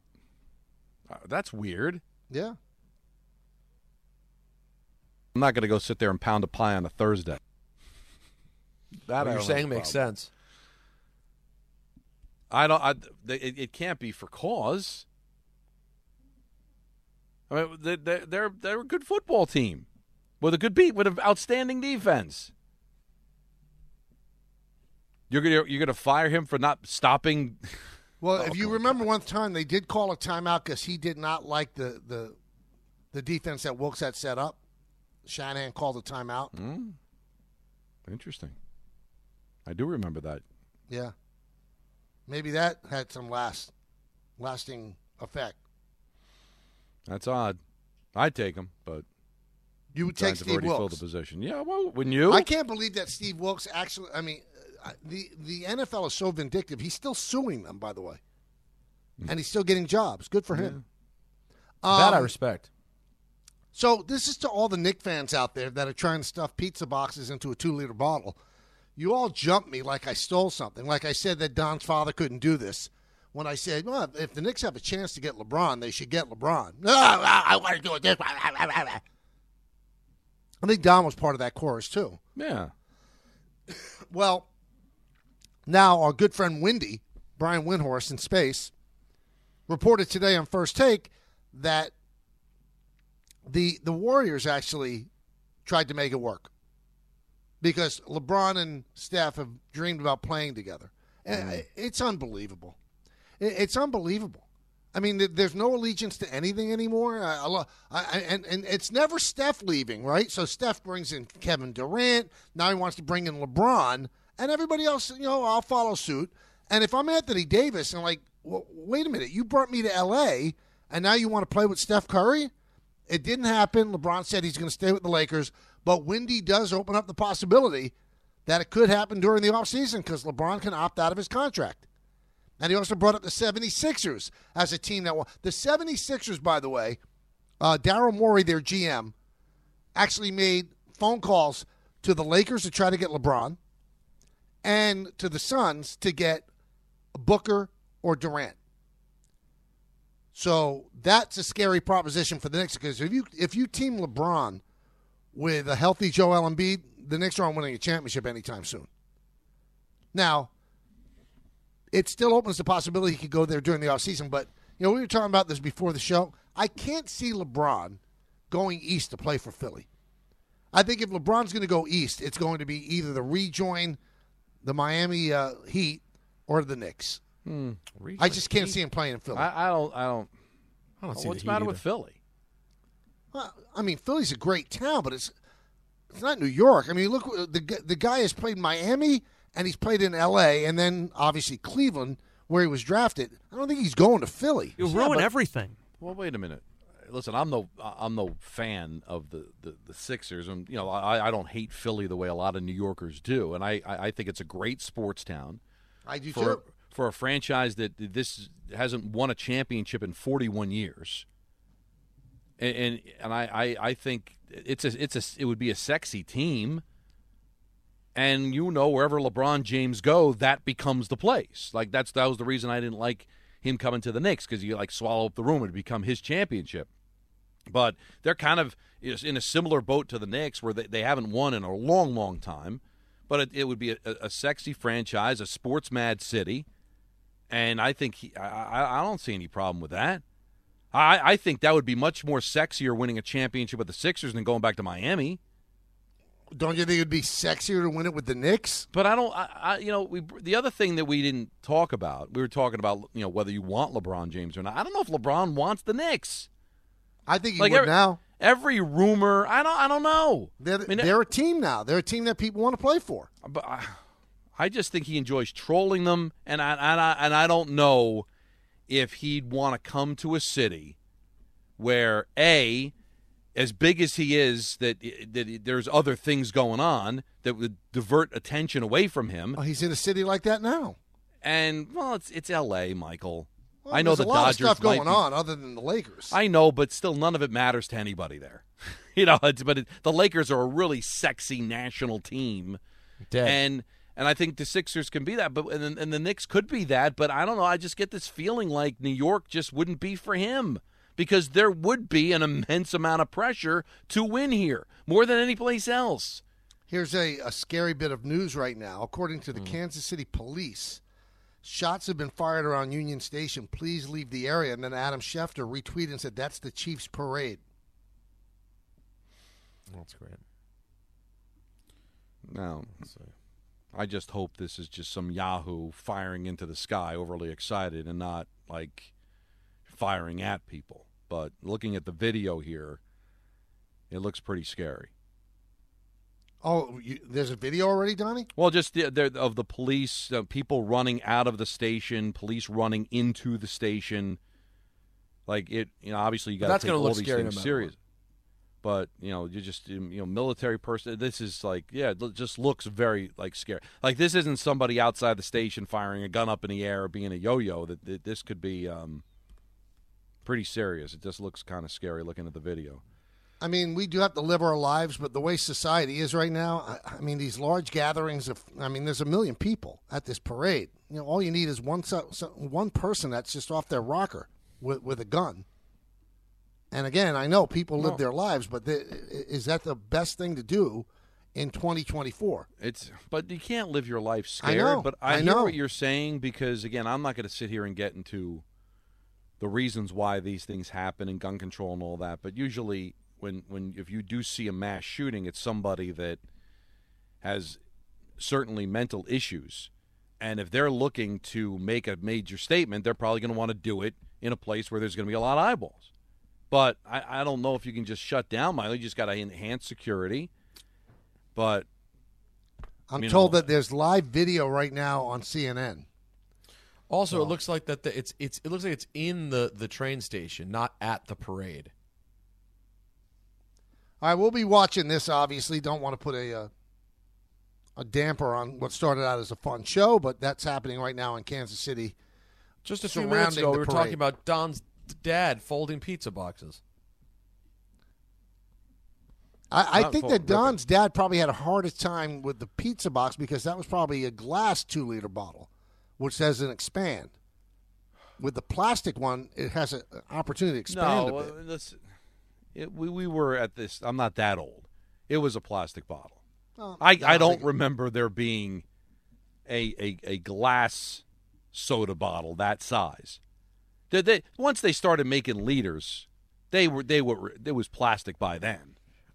Speaker 5: uh, that's weird.
Speaker 4: Yeah.
Speaker 5: I'm not going to go sit there and pound a pie on a Thursday. That
Speaker 6: What you're saying makes sense.
Speaker 5: I don't. I, they- it, it can't be for cause. I mean, they- they, they're they're a good football team with a good beat with an outstanding defense. You're gonna you're gonna fire him for not stopping.
Speaker 4: Well, if you remember one time they did call a timeout because he did not like the, the the defense that Wilkes had set up. Shanahan called a timeout.
Speaker 5: Hmm? Interesting. I do remember that.
Speaker 4: Yeah. Maybe that had some last lasting effect.
Speaker 5: That's odd. I'd take him, but
Speaker 4: You would take
Speaker 5: Giants have
Speaker 4: Steve
Speaker 5: already filled the
Speaker 4: Wilkes.
Speaker 5: position. Yeah, well, wouldn't you?
Speaker 4: I can't believe that Steve Wilkes actually. I mean, uh, the the NFL is so vindictive. He's still suing them, by the way, and he's still getting jobs. Good for him.
Speaker 6: Hmm. that I
Speaker 4: Um,
Speaker 6: respect.
Speaker 4: so this is to all the Nick fans out there that are trying to stuff pizza boxes into a two liter bottle. You all jumped me like I stole something. Like I said that Don's father couldn't do this. When I said, well, if the Knicks have a chance to get (laughs) LeBron, they should get LeBron. No, I want to do it this way. I think Don was part of that chorus too.
Speaker 5: Yeah.
Speaker 4: Well, now our good friend Wendy, Brian Windhorst in space, reported today on First Take that the the Warriors actually tried to make it work because LeBron and Steph have dreamed about playing together. And I- It's unbelievable. I- It's unbelievable. I mean, th- there's no allegiance to anything anymore. I, I, lo- I, I- and, and it's never Steph leaving, right? So Steph brings in Kevin Durant. Now he wants to bring in LeBron. And everybody else, you know, I'll follow suit. And if I'm Anthony Davis and like, well, wait a minute, you brought me to L.A. and now you want to play with Steph Curry? It didn't happen. LeBron said he's going to stay with the Lakers, but Wendy does open up the possibility that it could happen during the offseason because LeBron can opt out of his contract. And he also brought up the 76ers as a team that won. The 76ers, by the way, uh, Daryl Morey, their GM, actually made phone calls to the Lakers to try to get LeBron and to the Suns to get Booker or Durant. So that's a scary proposition for the Knicks because if you if you team LeBron with a healthy Joel Embiid, the Knicks aren't winning a championship anytime soon. Now, it still opens the possibility he could go there during the offseason, but you know, we were talking about this before the show. I can't see LeBron going east to play for Philly. I think if LeBron's going to go east, it's going to be either the rejoin the Miami uh, Heat or the Knicks. I just can't see him playing in Philly.
Speaker 5: I, I don't. I don't.
Speaker 6: I don't see
Speaker 5: What's
Speaker 6: the
Speaker 5: the matter
Speaker 6: Heat
Speaker 5: with
Speaker 6: either.
Speaker 5: Philly?
Speaker 4: Well, I mean, Philly's a great town, but it's it's not New York. I mean, look, the gu- the guy has played Miami and he's played in L.A. and then obviously Cleveland, where he was drafted. I don't think he's going to Philly.
Speaker 7: You'll ruin everything.
Speaker 5: Well, wait a minute. Listen, I'm no, I'm no fan of the, the, the Sixers, and you know, I, I don't hate Philly the way a lot of New Yorkers do, and I, I I think it's a great sports town
Speaker 4: I do
Speaker 5: for for a franchise that this hasn't won a championship in 41 years. And and, and I, I, I think it's a it's a it would be a sexy team. And you know wherever LeBron James go, that becomes the place. Like that's that was the reason I didn't like him coming to the Knicks because you like swallow up the room and become his championship. But they're kind of is in a similar boat to the Knicks where they, they haven't won in a long, long time. But it, it would be a, a sexy franchise, a sports mad city. And I think he, I, I- I don't see any problem with that. I, I think that would be much more sexier winning a championship with the Sixers than going back to Miami.
Speaker 4: Don't you think it'd be sexier to win it with the Knicks?
Speaker 5: But I don't. I, I you know we the other thing that we didn't talk about. We were talking about you know whether you want LeBron James or not. I don't know if LeBron wants the Knicks.
Speaker 4: I think he
Speaker 5: Like
Speaker 4: would
Speaker 5: every-
Speaker 4: now.
Speaker 5: Every rumor, I don't. I don't know.
Speaker 4: They're,
Speaker 5: I mean,
Speaker 4: they're a team now. They're a team that people want to play for.
Speaker 5: but I, I just think he enjoys trolling them, and I and I, and I don't know if he'd want to come to a city where a as big as he is that that there's other things going on that would divert attention away from him
Speaker 4: Oh, he's in a city like that now.
Speaker 5: and well it's it's LA Michael
Speaker 4: Well,
Speaker 5: I know
Speaker 4: there's
Speaker 5: the
Speaker 4: a lot
Speaker 5: Dodgers
Speaker 4: of stuff
Speaker 5: might
Speaker 4: going
Speaker 5: be-
Speaker 4: on other than the Lakers.
Speaker 5: I know, but still, none of it matters to anybody there. (laughs) you know, it's, but it, the Lakers are a really sexy national team,
Speaker 6: Dead.
Speaker 5: and and I think the Sixers can be that, but and, then- and the Knicks could be that, but I don't know. I just get this feeling like New York just wouldn't be for him because there would be an immense amount of pressure to win here more than any place else.
Speaker 4: Here's a, a scary bit of news right now. According to the Kansas City police, shots have been fired around Union Station. Please leave the area. And then Adam Schefter retweeted and said, That's the Chiefs parade.
Speaker 6: That's great.
Speaker 5: No. I just hope this is just some Yahoo firing into the sky, overly excited, and not like firing at people. But looking at the video here, it looks pretty scary.
Speaker 4: Oh, you, there's a video already, Donnie?
Speaker 5: Well, just the, the, of the police, uh, people running out of the station, police running into the station. Like it, you know. Obviously, you
Speaker 6: But
Speaker 5: got
Speaker 6: that's
Speaker 5: to take
Speaker 6: gonna
Speaker 5: all
Speaker 6: look
Speaker 5: these
Speaker 6: scary no
Speaker 5: things
Speaker 6: matter
Speaker 5: serious. But you know, you just um, you know, military person. This is like, yeah, it lo- just looks very like scary. Like this isn't somebody outside the station firing a gun up in the air or being a yo-yo. That, that this could be um, pretty serious. It just looks kind of scary looking at the video.
Speaker 4: I mean, we do have to live our lives, but the way society is right now, I, I mean, these large gatherings of, I mean, there's a million people at this parade. You know, all you need is one so, so, one person that's just off their rocker with, with a gun, And again, I know people live their lives, but the, is that the best thing to do in 2024?
Speaker 5: It's but you can't live your life
Speaker 4: I
Speaker 5: scared.
Speaker 4: know,
Speaker 5: But
Speaker 4: I
Speaker 5: I, hear
Speaker 4: know.
Speaker 5: what you're saying because again, I'm not going to sit here and get into the reasons why these things happen and gun control and all that. But usually, when when if you do see a mass shooting, it's somebody that has certainly mental issues, and if they're looking to make a major statement, they're probably going to want to do it in a place where there's going to be a lot of eyeballs. But I, I don't know if you can just shut down Miley. You just got to enhance security. But
Speaker 4: I'm
Speaker 5: You
Speaker 4: told
Speaker 5: know-
Speaker 4: that there's live video right now on CNN.
Speaker 6: Also, it looks like that the, it's it's it looks like it's in the the train station, not at the parade.
Speaker 4: All right, we'll be watching this. Obviously, don't want to put a uh, a damper on what started out as a fun show, but that's happening right now in Kansas City.
Speaker 6: Just a few minutes
Speaker 4: Surrounding
Speaker 6: ago,
Speaker 4: the
Speaker 6: we were
Speaker 4: parade.
Speaker 6: talking about Don's dad folding pizza boxes.
Speaker 4: I, I
Speaker 5: Not
Speaker 4: think
Speaker 5: full,
Speaker 4: that
Speaker 5: rip it.
Speaker 4: Don's dad probably had a harder time with the pizza box because that was probably a glass two liter bottle, which doesn't expand. With the plastic one, it has a- an opportunity to expand
Speaker 5: no,
Speaker 4: a bit.
Speaker 5: uh, listen, it, we we were at this. I'm not that old. It was a plastic bottle.
Speaker 4: Well,
Speaker 5: I I don't remember there being a a, a glass soda bottle that size. Did they once they started making liters, they were they were it was plastic by then.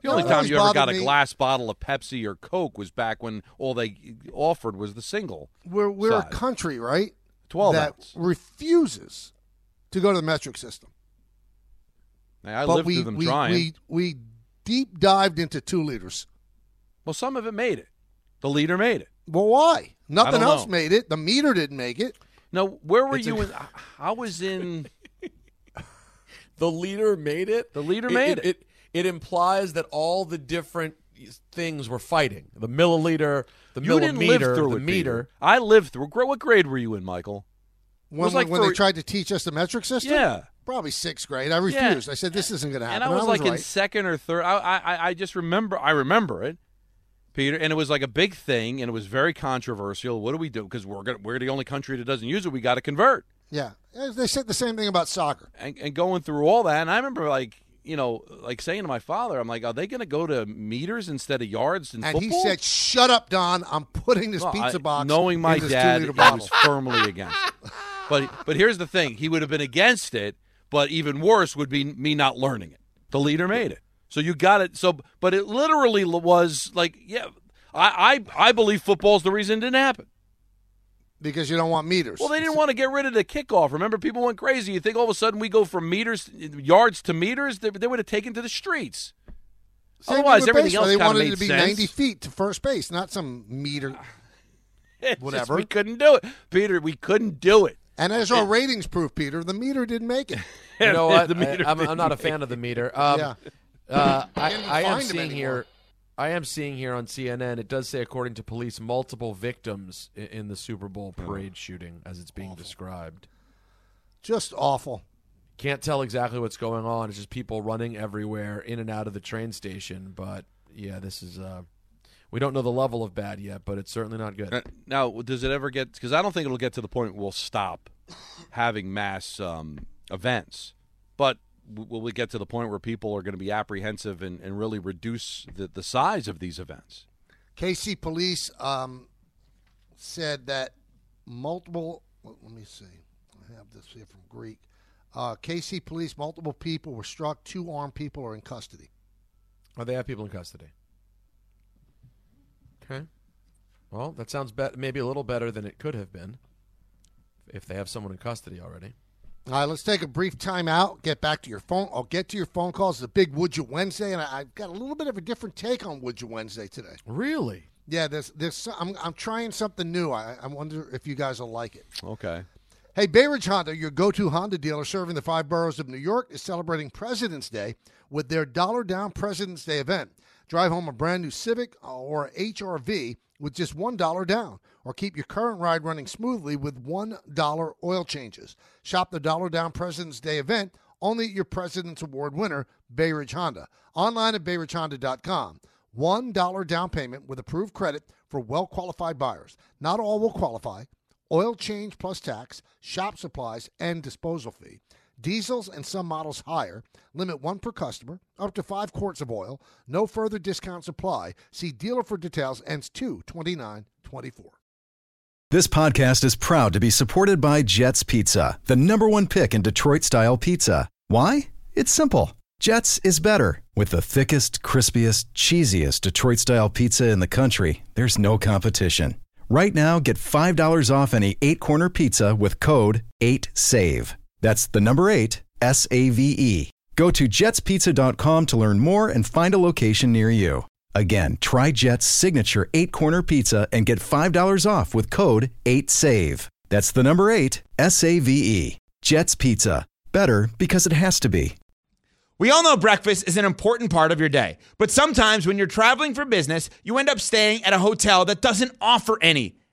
Speaker 5: The
Speaker 4: No,
Speaker 5: only
Speaker 4: it
Speaker 5: time
Speaker 4: always
Speaker 5: you ever got
Speaker 4: bothered
Speaker 5: a
Speaker 4: me-
Speaker 5: glass bottle of Pepsi or Coke was back when all they offered was the single
Speaker 4: We're we're a
Speaker 5: size.
Speaker 4: country, right?
Speaker 5: twelve
Speaker 4: that
Speaker 5: ounce.
Speaker 4: refuses to go to the metric system.
Speaker 5: I
Speaker 4: but
Speaker 5: lived
Speaker 4: we,
Speaker 5: through them
Speaker 4: we,
Speaker 5: trying.
Speaker 4: we we deep dived into two liters.
Speaker 5: well, some of it made it. The leader made it.
Speaker 4: Well, why? Nothing
Speaker 5: don't know.
Speaker 4: else made it. The meter didn't make it.
Speaker 5: No, where were
Speaker 6: It's
Speaker 5: you?
Speaker 6: a-
Speaker 5: in, I- I was in.
Speaker 6: The leader made it.
Speaker 5: The leader made
Speaker 6: it. It, it implies that all the different things were fighting the milliliter, the
Speaker 5: You didn't live
Speaker 6: millimeter,
Speaker 5: through
Speaker 6: the
Speaker 5: it,
Speaker 6: meter.
Speaker 5: Peter. I lived through. gra- What grade were you in, Michael?
Speaker 4: When,
Speaker 5: was like
Speaker 4: when
Speaker 5: for-
Speaker 4: they tried to teach us the metric system,
Speaker 5: Yeah,
Speaker 4: probably sixth grade. I
Speaker 5: Yeah.
Speaker 4: refused. I said this isn't going to happen.
Speaker 5: and I was, like in
Speaker 4: right.
Speaker 5: second or third. I, I I- I just remember. I remember it, Peter. And it was like a big thing, and it was very controversial. What do we do? Because we're gonna, we're the only country that doesn't use it. We got to convert.
Speaker 4: Yeah, Uh, they said the same thing about soccer.
Speaker 5: and, and going through all that. And I remember like you know like saying to my father, I'm like, are they going to go to meters instead of yards in
Speaker 4: And
Speaker 5: football?
Speaker 4: he said, "Shut up, Don. I'm putting this
Speaker 5: Well,
Speaker 4: pizza
Speaker 5: I-
Speaker 4: box."
Speaker 5: knowing my
Speaker 4: in this
Speaker 5: dad, he
Speaker 4: two-liter bottle."
Speaker 5: was firmly against. It. But but here's the thing: he would have been against it. But even worse would be me not learning it. The leader made it, so you got it. So but it literally was like, yeah, I I, I believe football's the reason it didn't happen.
Speaker 4: because you don't want meters.
Speaker 5: Well, they didn't want to get rid of the kickoff. Remember, people went crazy. You think all of a sudden we go from meters, yards to meters? They, they would have taken to the streets.
Speaker 4: Same thing
Speaker 5: Otherwise,
Speaker 4: with
Speaker 5: everything
Speaker 4: baseball.
Speaker 5: else
Speaker 4: They
Speaker 5: kinda
Speaker 4: wanted
Speaker 5: made
Speaker 4: it to be
Speaker 5: sense. (laughs)
Speaker 4: 90 feet to first base, not some
Speaker 5: (sighs)
Speaker 4: meter.
Speaker 5: It's just
Speaker 4: Whatever.
Speaker 5: we couldn't do it, Peter. We couldn't do it.
Speaker 4: And as our ratings proof, Peter, the meter didn't make
Speaker 5: (laughs)
Speaker 4: it.
Speaker 6: (laughs) You know what?
Speaker 5: The meter
Speaker 6: I, am I'm not a fan of the
Speaker 5: (laughs)
Speaker 6: meter. Um,
Speaker 4: Yeah.
Speaker 6: uh, I,
Speaker 4: Can't even
Speaker 6: I am
Speaker 4: find 'em
Speaker 6: seeing
Speaker 4: anymore.
Speaker 6: here. I am seeing here on CNN. It does say, according to police, multiple victims i- in the Super Bowl parade shooting, as it's being described.
Speaker 4: Just awful.
Speaker 6: Can't tell exactly what's going on. It's just people running everywhere, in and out of the train station. But yeah, this is. Uh, we don't know the level of bad yet, but it's certainly not good.
Speaker 5: Uh, Now, does it ever get? Because I don't think it'll get to the point where we'll stop having mass um, events. But w- will we get to the point where people are going to be apprehensive and, and really reduce the, the size of these events?
Speaker 4: KC police um, said that multiple. Let let me see. I have this here from Greek. Uh, KC police, multiple people were struck. Two armed people are in custody.
Speaker 6: Oh, they have people in custody. Okay. Well, that sounds bet maybe a little better than it could have been if they have someone in custody already.
Speaker 4: All right, let's take a brief time out. Get back to your phone. I'll get to your phone calls. It's a big Would You Wednesday, and I, I've got a little bit of a different take on Would You Wednesday today.
Speaker 6: Really?
Speaker 4: Yeah, there's, there's. some- I'm, I'm trying something new. I, I wonder if you guys will like it.
Speaker 5: Okay.
Speaker 4: Hey, Bay Ridge Honda, your go to Honda dealer serving the five boroughs of New York, is celebrating President's Day with their Dollar Down President's Day event. Drive home a brand new Civic or HRV with just $1 down, or keep your current ride running smoothly with $1 oil changes. Shop the Dollar Down President's Day event only at your President's Award winner, Bay Ridge Honda. Online at bayridgehonda.com. $1 down payment with approved credit for well qualified buyers. Not all will qualify oil change plus tax, shop supplies, and disposal fee. Diesels and some models higher. Limit one per customer. Up to five quarts of oil. No further discounts apply. See dealer for details. Ends two twenty nine twenty four.
Speaker 7: This podcast is proud to be supported by Jets Pizza, the number one pick in Detroit style pizza. Why? It's simple. Jets is better. With the thickest, crispiest, cheesiest Detroit style pizza in the country, there's no competition. Right now, get $5 off any eight corner pizza with code 8SAVE. That's the number eight, S A V E. Go to jetspizza.com to learn more and find a location near you. Again, try Jet's signature eight corner pizza and get $5 off with code 8SAVE. That's the number eight, S A V E. Jet's Pizza. Better because it has to be.
Speaker 8: We all know breakfast is an important part of your day, but sometimes when you're traveling for business, you end up staying at a hotel that doesn't offer any.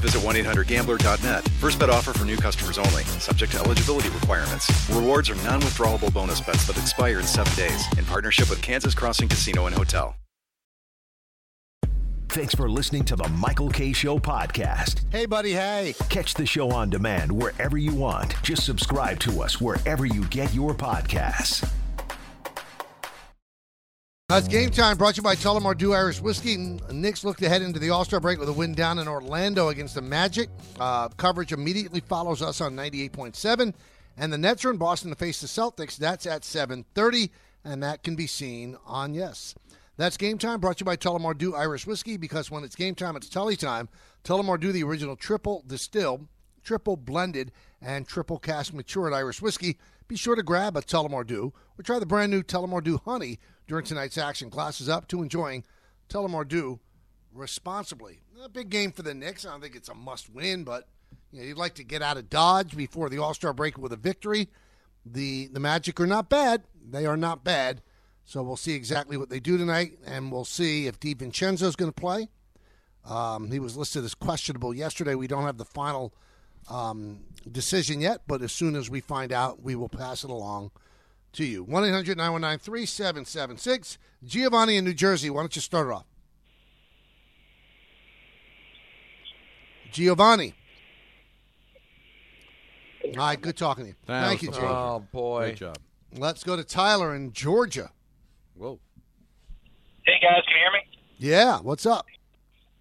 Speaker 7: visit 1 800 Gambler.net. First bet offer for new customers only, subject to eligibility requirements. Rewards are non withdrawable bonus bets that expire in seven days in partnership with Kansas Crossing Casino and Hotel.
Speaker 1: Thanks for listening to the Michael K. Show podcast.
Speaker 4: Hey, buddy. Hey.
Speaker 1: Catch the show on demand wherever you want. Just subscribe to us wherever you get your podcasts.
Speaker 4: Uh, It's game time brought to you by Tullamore Dew Irish Whiskey. Knicks look to head into the All Star break with a win down in Orlando against the Magic. Uh, coverage immediately follows us on 98.7. And the Nets are in Boston to face the Celtics. That's at 7.30, and that can be seen on Yes. That's game time brought to you by Tullamore Dew Irish Whiskey because when it's game time, it's Tully time. Tullamore Dew, the original triple distilled, triple blended, and triple cast matured Irish whiskey. Be sure to grab a Tullamore Dew or try the brand new Tullamore Dew Honey during tonight's action. Glasses up to enjoying Tullamore Dew responsibly. A big game for the Knicks. I don't think it's a must win, but you know, you'd like to get out of Dodge before the All Star break with a victory. The the Magic are not bad. They are not bad. So we'll see exactly what they do tonight, and we'll see if DiVincenzo is going to play. Um, he was listed as questionable yesterday. We don't have the final um, decision yet, but as soon as we find out, we will pass it along to you. 1 800 919 3776. Giovanni in New Jersey, why don't you start it off? Giovanni. All right, good talking to you. Thank you, Giovanni.
Speaker 6: Oh boy.
Speaker 5: Great job.
Speaker 4: Let's go to Tyler in Georgia.
Speaker 5: Whoa.
Speaker 9: Hey guys, can you hear me?
Speaker 4: Yeah, what's up?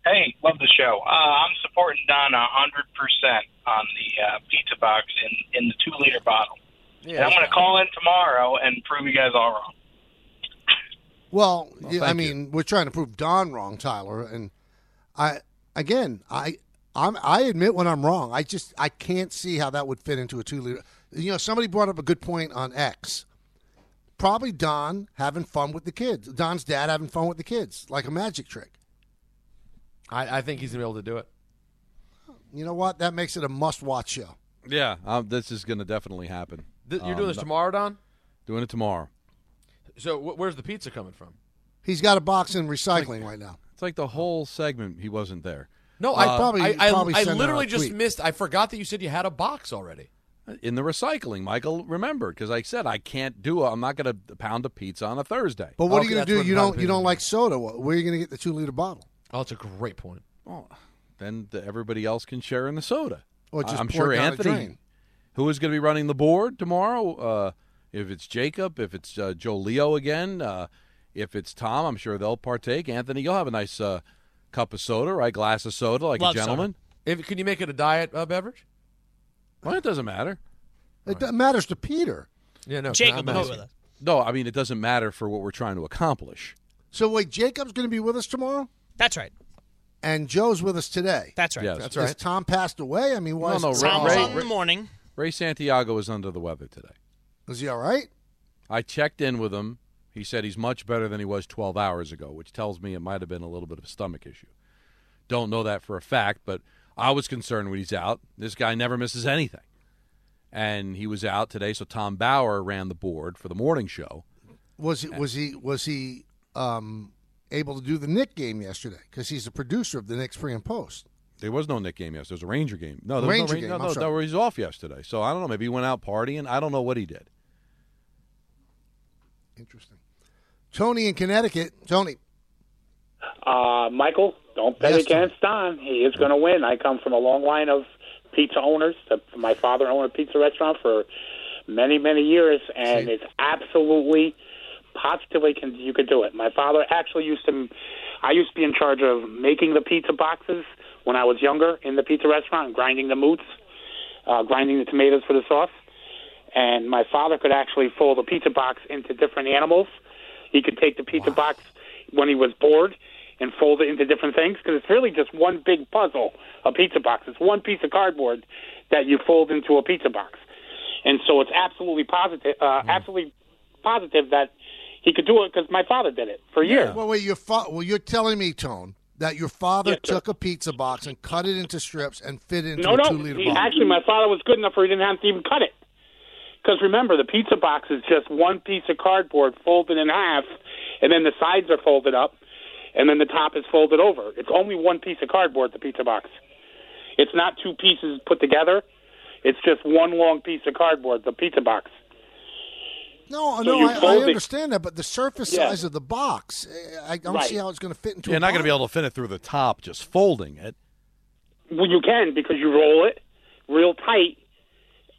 Speaker 9: Hey, love the show. Uh, I'm supporting Don a hundred percent on the uh, pizza box in in the two liter bottle, and I'm going to call in tomorrow and prove you guys all wrong.
Speaker 4: Well, yeah, I
Speaker 5: thank you.
Speaker 4: mean, we're trying to prove Don wrong, Tyler, and I again, I I'm, I admit when I'm wrong. I just I can't see how that would fit into a two liter. You know, somebody brought up a good point on X. Probably Don having fun with the kids. Don's dad having fun with the kids, like a magic trick.
Speaker 6: I, I think he's gonna be able to do it.
Speaker 4: You know what? That makes it a must-watch show.
Speaker 5: Yeah, um, this is going to definitely happen.
Speaker 6: Th- you're
Speaker 5: Um,
Speaker 6: doing this
Speaker 5: no-
Speaker 6: tomorrow, Don.
Speaker 5: Doing it tomorrow.
Speaker 6: So wh- where's the pizza coming from?
Speaker 4: He's got a box in recycling right now.
Speaker 5: It's like the whole segment he wasn't there.
Speaker 6: No,
Speaker 4: Uh,
Speaker 6: I
Speaker 4: probably-
Speaker 6: I, I,
Speaker 4: probably
Speaker 6: I
Speaker 4: send out
Speaker 6: literally
Speaker 4: a
Speaker 6: just
Speaker 4: tweet.
Speaker 6: missed. I forgot that you said you had a box already.
Speaker 5: in the recycling. Michael remembered because I said I can't do it. I'm not going to pound a pizza on a Thursday.
Speaker 4: But what
Speaker 6: Okay,
Speaker 4: are you going
Speaker 6: that's
Speaker 4: to do?
Speaker 6: what
Speaker 4: You
Speaker 6: my
Speaker 4: don't you
Speaker 6: opinion
Speaker 4: don't
Speaker 6: is.
Speaker 4: like soda. Wh- Where are you going to get the two-liter bottle?
Speaker 6: Oh, that's a great point.
Speaker 5: Well, then the, everybody else can share in the soda.
Speaker 4: Or just
Speaker 5: I'm
Speaker 4: pour
Speaker 5: sure
Speaker 4: it down a
Speaker 5: Anthony,
Speaker 4: drain.
Speaker 5: who is going to be running the board tomorrow, uh, if it's Jacob, if it's uh, Joe Leo again, uh, If it's Tom, I'm sure they'll partake. Anthony, you'll have a nice uh, cup of soda, right? Glass of soda, like
Speaker 8: Love
Speaker 5: a gentleman.
Speaker 6: If, can you make it a diet uh, beverage?
Speaker 5: Well, it doesn't matter.
Speaker 4: It d- matters to Peter.
Speaker 6: Yeah, no.
Speaker 10: Jacob
Speaker 6: I'm
Speaker 10: will be
Speaker 6: asking.
Speaker 10: with us.
Speaker 5: No, I mean it doesn't matter for what we're trying to accomplish.
Speaker 4: So wait, Jacob's going to be with us tomorrow,
Speaker 10: That's right.
Speaker 4: and Joe's with us today.
Speaker 10: That's right.
Speaker 5: Yes.
Speaker 6: That's
Speaker 4: Has
Speaker 6: right.
Speaker 4: Tom passed away? I mean, why
Speaker 5: No,
Speaker 4: is
Speaker 5: no,
Speaker 4: Tom-
Speaker 10: Tom's
Speaker 5: Ray-
Speaker 10: on in the morning.
Speaker 5: Ray Santiago is under the weather today.
Speaker 4: Is he all right?
Speaker 5: I checked in with him. He said he's much better than he was 12 hours ago, which tells me it might have been a little bit of a stomach issue. Don't know that for a fact, but I was concerned when he's out. This guy never misses anything. And he was out today, so Tom Bauer ran the board for the morning show.
Speaker 4: Was he was he was he um, able to do the Nick game yesterday? Because he's the producer of the Knicks pre and post.
Speaker 5: There was no Nick game yesterday. There was a Ranger game. No, there was
Speaker 4: Ranger
Speaker 5: no, Ra-
Speaker 4: game,
Speaker 5: no,
Speaker 4: I'm
Speaker 5: no,
Speaker 4: sorry.
Speaker 5: no, he was off yesterday. So I don't know. Maybe he went out partying. I don't know what he did.
Speaker 4: Interesting. Tony in Connecticut. Tony,
Speaker 11: Uh, Michael, don't bet
Speaker 4: Yes, Tom.
Speaker 11: against Don. He is going to win. I come from a long line of pizza owners. The- My father owned a pizza restaurant for many, many years, and
Speaker 4: See.
Speaker 11: it's absolutely, positively can you could do it. My father actually used to. I used to be in charge of making the pizza boxes when I was younger in the pizza restaurant, grinding the moots, uh, grinding the tomatoes for the sauce. And my father could actually fold a pizza box into different animals. He could take the pizza box when he was bored and fold it into different things because it's really just one big puzzle, a pizza box. It's one piece of cardboard that you fold into a pizza box. And so it's absolutely positive, uh, absolutely positive that he could do it because my father did it for years.
Speaker 4: well, wait, your fa- well, you're telling me, Tone, that your father
Speaker 11: Yes, sir.
Speaker 4: took a pizza box and cut it into strips and fit it into
Speaker 11: No,
Speaker 4: a
Speaker 11: no.
Speaker 4: two-liter
Speaker 11: He,
Speaker 4: box.
Speaker 11: actually, my father was good enough where he didn't have to even cut it. Because remember, the pizza box is just one piece of cardboard folded in half, and then the sides are folded up, and then the top is folded over. It's only one piece of cardboard, the pizza box. It's not two pieces put together. It's just one long piece of cardboard, the pizza box.
Speaker 4: no,
Speaker 11: so
Speaker 4: no,
Speaker 11: you
Speaker 4: I, I
Speaker 11: fold it-
Speaker 4: understand that, but the surface
Speaker 11: Yeah.
Speaker 4: size of the box, eh, I don't
Speaker 11: Right.
Speaker 4: see how it's going to fit into.
Speaker 5: You're
Speaker 4: a
Speaker 5: not going to be
Speaker 4: box.
Speaker 5: able to fit it through the top just folding it.
Speaker 11: Well, you can because you roll it real tight,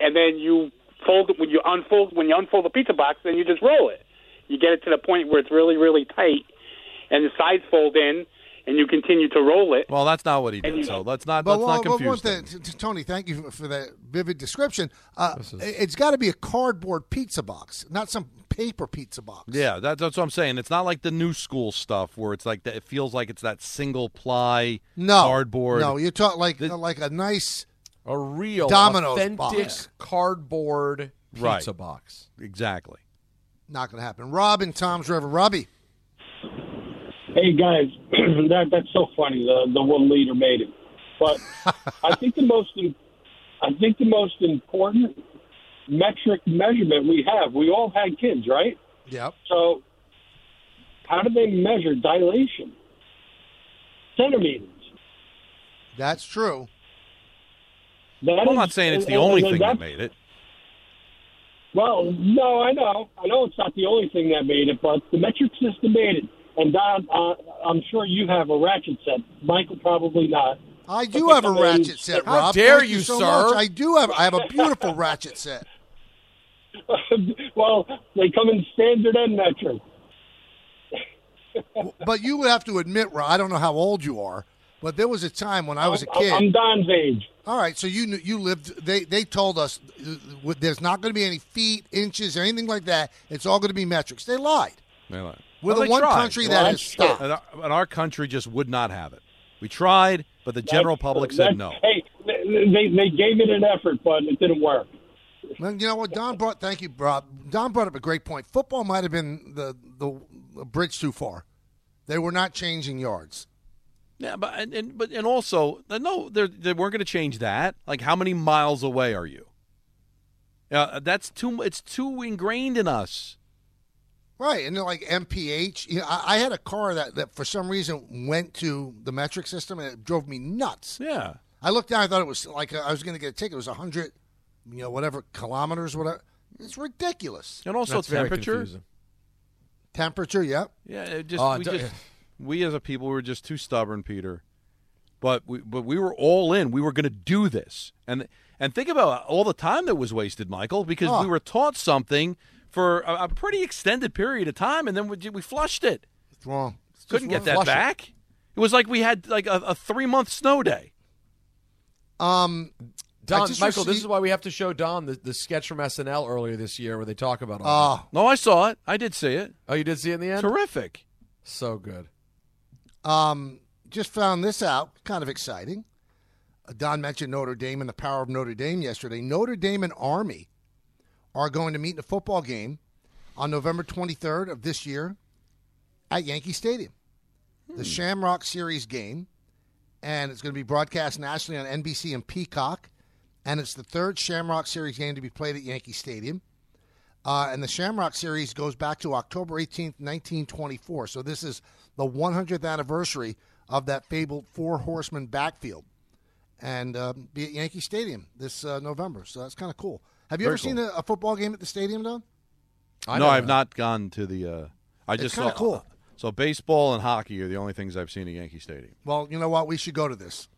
Speaker 11: and then you fold it when you unfold when you unfold the pizza box. Then you just roll it. You get it to the point where it's really really tight, and the sides fold in, and you continue to roll it.
Speaker 5: Well, that's not what he did.
Speaker 11: you-
Speaker 5: So let's not
Speaker 4: But
Speaker 5: let's
Speaker 4: one-
Speaker 5: not
Speaker 4: but one
Speaker 5: confuse
Speaker 4: thing,
Speaker 5: things.
Speaker 4: t- t- Tony, thank you for- for that vivid description. Uh, It's got to be a cardboard pizza box, not some paper pizza box.
Speaker 5: Yeah, that, that's what I'm saying. It's not like the new school stuff where it's like that. It feels like it's that single ply
Speaker 4: no
Speaker 5: cardboard.
Speaker 4: No, you're talking like like a nice.
Speaker 6: A real
Speaker 4: Domino's
Speaker 6: authentic
Speaker 4: box.
Speaker 6: cardboard pizza
Speaker 5: Right.
Speaker 6: box.
Speaker 5: exactly.
Speaker 4: Not going to happen. Rob in Tom's River. Robbie,
Speaker 11: Hey guys, (clears throat) that that's so funny. The the one leader made it, but I think the most im- I think the most important metric measurement we have. We all had kids, right?
Speaker 4: Yep.
Speaker 11: So how do they measure dilation? Centimeters.
Speaker 4: that's true.
Speaker 11: That
Speaker 5: Well, I'm
Speaker 11: is-
Speaker 5: not saying it's the
Speaker 11: and-
Speaker 5: only
Speaker 11: and
Speaker 5: thing
Speaker 11: that's-
Speaker 5: that made it.
Speaker 11: Well, no, I know. I know it's not the only thing that made it, but the metric system made it. And Don, uh, I'm sure you have a ratchet set. Michael probably not.
Speaker 4: I do have a ratchet set,
Speaker 6: How
Speaker 4: Rob.
Speaker 6: dare
Speaker 4: Thank you,
Speaker 6: you,
Speaker 4: so
Speaker 6: sir.
Speaker 4: much. I do have. I have a beautiful (laughs) ratchet set.
Speaker 11: well, they come in standard and metric.
Speaker 4: But you would have to admit, Rob. I don't know how old you are, but there was a time when I was a kid.
Speaker 11: I'm Don's age.
Speaker 4: All right, so you knew, you lived. They they told us uh, w- there's not going to be any feet, inches, or anything like that. It's all going to be metrics. They lied.
Speaker 5: They lied.
Speaker 4: We're the
Speaker 5: they
Speaker 4: one
Speaker 5: tried.
Speaker 4: country that has stopped.
Speaker 5: And our, and our country just would not have it. We tried, but the general
Speaker 11: That's-
Speaker 5: public
Speaker 11: that's-
Speaker 5: said no.
Speaker 11: Hey, they, they gave it an effort, but it didn't work.
Speaker 4: Well, you know what? Don brought. Thank you, Rob. Don brought up a great point. Football might have been the the, the bridge too far. They were not changing yards.
Speaker 5: Yeah, but and, and but and also uh, no, they're, they weren't going to change that. Like, how many miles away are you? Uh, that's too. It's too ingrained in us.
Speaker 4: Right, and they're like MPH. You know, I, I had a car that, that for some reason went to the metric system, and it drove me nuts.
Speaker 5: Yeah.
Speaker 4: I looked down. I thought it was like I was going to get a ticket. It was hundred, you know, whatever kilometers, whatever. It's ridiculous.
Speaker 5: And also
Speaker 6: That's very
Speaker 5: temperature.
Speaker 6: confusing.
Speaker 4: Temperature, yeah.
Speaker 5: Yeah, it just,
Speaker 6: Oh,
Speaker 5: we,
Speaker 6: d-
Speaker 5: just we as a people were just too stubborn, Peter. But we but we were all in. We were going to do this, and and think about all the time that was wasted, Michael, because
Speaker 4: Oh.
Speaker 5: we were taught something for a, a pretty extended period of time, and then we, we flushed it.
Speaker 4: It's wrong. It's just
Speaker 5: Couldn't get
Speaker 4: wrong.
Speaker 5: that
Speaker 4: Flush it.
Speaker 5: back. It. was like we had like a, a three month snow day.
Speaker 4: Um, I
Speaker 6: Don,
Speaker 4: just
Speaker 6: Michael, this
Speaker 4: received-
Speaker 6: is why we have to show Don the, the sketch from SNL earlier this year where they talk about all.
Speaker 4: Oh,
Speaker 5: No, I saw it. I did see it.
Speaker 6: that. oh, you did see it in the end.
Speaker 5: Terrific.
Speaker 6: So good.
Speaker 4: um, just found this out. Kind of exciting. Uh, Don mentioned Notre Dame and the power of Notre Dame yesterday. Notre Dame and Army are going to meet in a football game on November 23rd of this year at Yankee Stadium. The Shamrock Series game, and it's going to be broadcast nationally on NBC and Peacock. And it's the third Shamrock Series game to be played at Yankee Stadium. Uh, and the Shamrock Series goes back to October 18th, 1924. So this is the 100th anniversary of that fabled four horsemen backfield. And uh, be at Yankee Stadium this uh, November. So that's kind of cool. Have you ever seen a, a football game at the stadium, though?
Speaker 6: I
Speaker 5: no,
Speaker 6: don't
Speaker 5: I've
Speaker 6: know.
Speaker 5: not gone to the. Uh, I just saw.
Speaker 4: kinda cool.
Speaker 5: So baseball and hockey are the only things I've seen at Yankee Stadium.
Speaker 4: Well, you know what? We should go to this.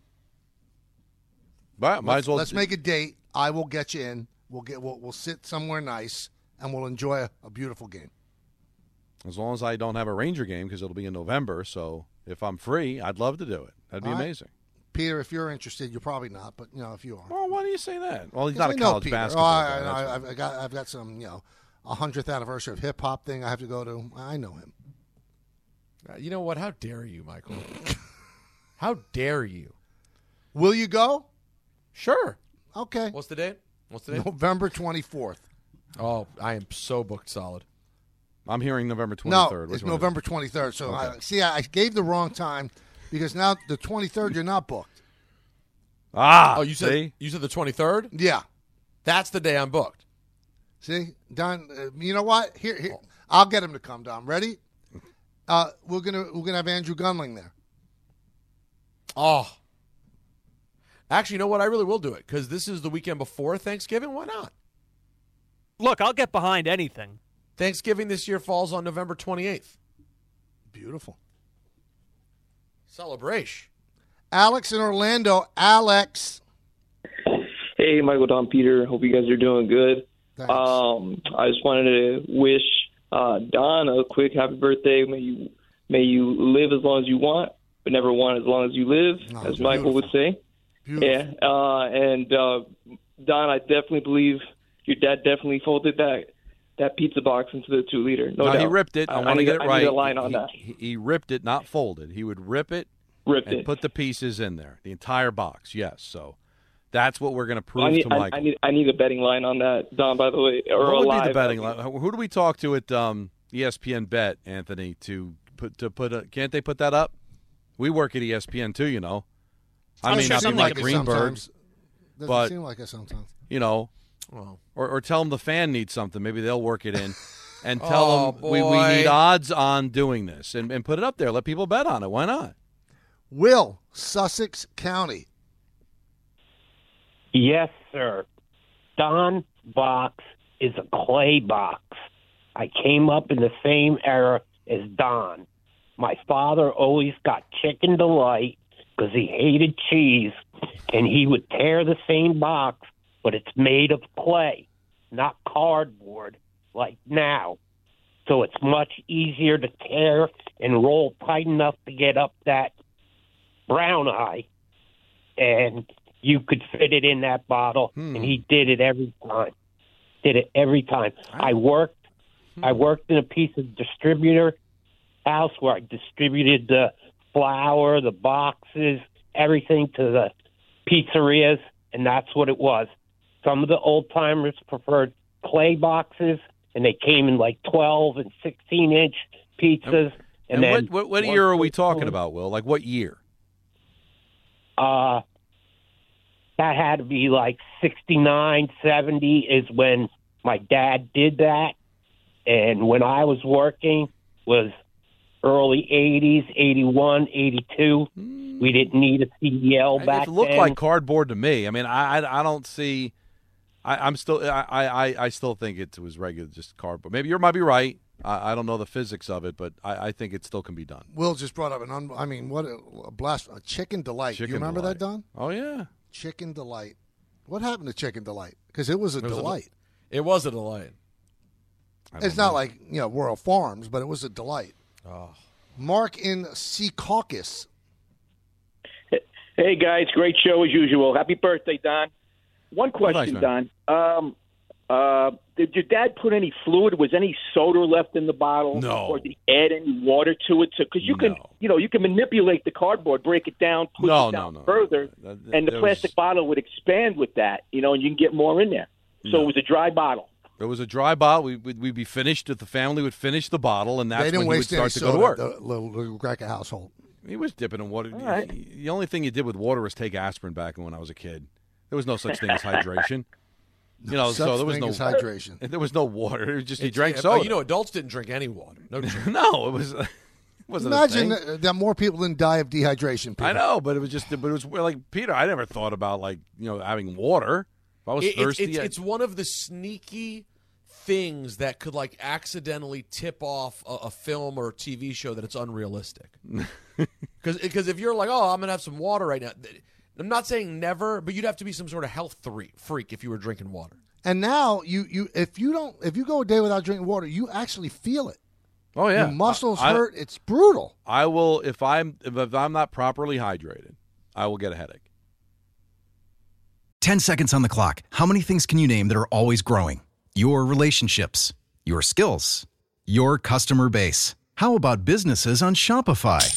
Speaker 5: But might as well.
Speaker 4: Let's make a date. I will get you in. We'll get. We'll, we'll sit somewhere nice and we'll enjoy a, a beautiful game.
Speaker 5: as long as I don't have a Ranger game because it'll be in November. So if I'm free, I'd love to do it. That'd be
Speaker 4: All right.
Speaker 5: amazing.
Speaker 4: Peter, if you're interested, you're probably not, but you know if you are,
Speaker 5: Well, why do you say that? Well, he's
Speaker 4: Because
Speaker 5: not a
Speaker 4: I know
Speaker 5: college
Speaker 4: Peter.
Speaker 5: basketball.
Speaker 4: Oh,
Speaker 5: guy,
Speaker 4: I,
Speaker 5: that's
Speaker 4: I,
Speaker 5: why.
Speaker 4: I've got. I've got some. You know, a hundredth anniversary of hip hop thing. I have to go to. I know him.
Speaker 6: Uh, You know what? How dare you,
Speaker 4: (laughs)
Speaker 6: Michael? How dare you?
Speaker 4: Will you go?
Speaker 6: Sure.
Speaker 4: Okay.
Speaker 6: What's the date? What's the date?
Speaker 4: November twenty fourth.
Speaker 6: Oh, I am so booked solid.
Speaker 5: I'm hearing November 23rd.
Speaker 4: No,
Speaker 5: Which
Speaker 4: it's
Speaker 5: one is it?
Speaker 4: November twenty third. So I, see, I, I gave the wrong time because now the twenty third you're not booked.
Speaker 5: Ah,
Speaker 6: Oh, you said
Speaker 5: see?
Speaker 6: you said the twenty third.
Speaker 4: Yeah.
Speaker 6: That's the day I'm booked.
Speaker 4: See, Don, uh, you know what? Here, here, I'll get him to come. Don, ready? Uh, we're gonna we're gonna have Andrew Gunling there.
Speaker 6: Oh, actually, you know what? I really will do it because this is the weekend before Thanksgiving. Why not?
Speaker 10: Look, I'll get behind anything.
Speaker 6: Thanksgiving this year falls on November twenty eighth.
Speaker 4: Beautiful.
Speaker 6: Celebration.
Speaker 4: Alex in Orlando. Alex,
Speaker 12: Hey, Michael, Don, Peter. Hope you guys are doing good.
Speaker 4: Thanks.
Speaker 12: Um, I just wanted to wish uh, Don a quick happy birthday. May you may you live as long as you want, but never want as long as you live,
Speaker 4: Oh,
Speaker 12: as Michael would say.
Speaker 4: beautiful.
Speaker 12: Yeah, uh, and uh, Don, I definitely believe your dad definitely folded that that pizza box into the two liter. No,
Speaker 5: No,
Speaker 12: doubt.
Speaker 5: he ripped it. I, want to
Speaker 12: need-
Speaker 5: get it
Speaker 12: I
Speaker 5: right.
Speaker 12: Need a line on
Speaker 5: he,
Speaker 12: that.
Speaker 5: He, he ripped it, not folded. He would rip it
Speaker 12: Ripped
Speaker 5: and
Speaker 12: it.
Speaker 5: put the pieces in there, the entire box. Yes, so that's what we're going to prove
Speaker 12: I need,
Speaker 5: to
Speaker 12: I,
Speaker 5: Michael.
Speaker 12: I need I need a betting line on that, Don. By the way, or
Speaker 5: what
Speaker 12: a
Speaker 5: would
Speaker 12: live.
Speaker 5: be the betting line? Who do we talk to at um, ESPN Bet, Anthony? To put to put a, can't they put that up? We work at E ESPN too, you know. I
Speaker 4: Doesn't
Speaker 5: may not be
Speaker 4: seem
Speaker 5: like
Speaker 4: it
Speaker 5: Greenberg,
Speaker 4: sometimes. Doesn't
Speaker 5: but-
Speaker 4: seem like it sometimes.
Speaker 5: you know,
Speaker 6: Well,
Speaker 5: or, or tell them the fan needs something. Maybe they'll work it in and tell
Speaker 6: Oh,
Speaker 5: them we, we
Speaker 6: boy.
Speaker 5: need odds on doing this and, and put it up there. Let people bet on it. Why not?
Speaker 4: Will Sussex County.
Speaker 10: Yes, sir. Don Box is a clay box. I came up in the same era as Don. My father always got chicken delight because he hated cheese, and he would tear the same box, but it's made of clay, not cardboard like now. So it's much easier to tear and roll tight enough to get up that brown eye and you could fit it in that bottle
Speaker 6: Hmm.
Speaker 10: and he did it every time did it every time i worked
Speaker 6: Hmm.
Speaker 10: i worked in a piece of distributor house where i distributed the flour the boxes everything to the pizzerias and that's what it was some of the old timers preferred clay boxes and they came in like 12 and 16 inch pizzas and,
Speaker 5: And,
Speaker 10: then
Speaker 5: what, what, what
Speaker 10: once
Speaker 5: year are we
Speaker 10: they
Speaker 5: talking
Speaker 10: came-
Speaker 5: about, Will? Like what year?
Speaker 10: uh, that had to be like 69, 70 is when my dad did that. And when I was working was early 80s, 81, 82. We didn't need a CDL back
Speaker 5: Hmm. it looked
Speaker 10: then.
Speaker 5: like cardboard to me. I mean, I I, I don't see. I, I'm still I, I I- I still think it was regular just cardboard. Maybe you might be right. I, I don't know the physics of it, but I, I think it still can be done.
Speaker 4: Will just brought up an. Un- I mean, what a, a blast! A chicken delight.
Speaker 5: Chicken
Speaker 4: you remember
Speaker 5: delight.
Speaker 4: that, Don?
Speaker 5: Oh yeah,
Speaker 4: Chicken delight. What happened to chicken delight? Because it was a
Speaker 6: was a-
Speaker 4: delight.
Speaker 6: it was a delight.
Speaker 4: It's not like you know Ah. Royal Farms, but it was a delight. Mark in Sea Caucus.
Speaker 13: Hey guys, great show as usual. Happy birthday, Don. One
Speaker 4: Well,
Speaker 13: question,
Speaker 4: thanks, man.
Speaker 13: Don. Um, uh, did your dad put any fluid? Was any soda left in the bottle?
Speaker 5: No.
Speaker 13: Or did he add any water to it? Because you can, you know, you can manipulate the cardboard, break it down, push
Speaker 5: No,
Speaker 13: it down
Speaker 5: no, no.
Speaker 13: further,
Speaker 5: That- that-
Speaker 13: and the
Speaker 5: that
Speaker 13: plastic bottle would expand with that, you know, and you can get more in there. So
Speaker 5: No.
Speaker 13: it was a dry bottle.
Speaker 5: It was a dry bottle. We, we'd, we'd be finished. The family would finish the bottle, and that's
Speaker 4: they
Speaker 5: when
Speaker 4: didn't
Speaker 5: you would
Speaker 4: waste
Speaker 5: start
Speaker 4: any
Speaker 5: to
Speaker 4: soda.
Speaker 5: go to work.
Speaker 4: The little, little Greca household.
Speaker 5: He was dipping in water.
Speaker 4: right.
Speaker 5: The only thing you did with water was take aspirin back when I was a kid. There was no such thing
Speaker 6: (laughs)
Speaker 5: as hydration. You know,
Speaker 6: No
Speaker 5: Oh, so
Speaker 6: such
Speaker 5: there was
Speaker 6: thing
Speaker 5: no
Speaker 6: as hydration.
Speaker 5: There was no water. It was just you
Speaker 6: It's-
Speaker 5: drank
Speaker 6: yeah, but
Speaker 5: soda.
Speaker 6: You know, adults didn't drink any water. No,
Speaker 5: (laughs) no, it was. It wasn't a
Speaker 4: Imagine
Speaker 5: thing.
Speaker 4: that, that more people didn't die of dehydration. People.
Speaker 5: I know, but it was just, but it was well, like Peter. I never thought about like you know having water. If I was
Speaker 6: It- it's-
Speaker 5: thirsty,
Speaker 6: It's,
Speaker 5: I-
Speaker 6: it's one of the sneaky things that could like accidentally tip off a, a film or a TV show that it's unrealistic.
Speaker 5: (laughs)
Speaker 6: Because if you're like, oh, I'm gonna have some water right now, th- I'm not saying never, but you'd have to be some sort of health thre- freak if you were drinking water.
Speaker 4: And now you you if you don't if you go a day without drinking water, you actually feel it.
Speaker 5: Oh yeah,
Speaker 4: Your muscles
Speaker 5: I- I-
Speaker 4: hurt. It's brutal.
Speaker 5: I will if I'm if, if I'm not properly hydrated, I will get a headache.
Speaker 7: 10 seconds on the clock. How many things can you name that are always growing? Your relationships, your skills, your customer base. How about businesses on Shopify?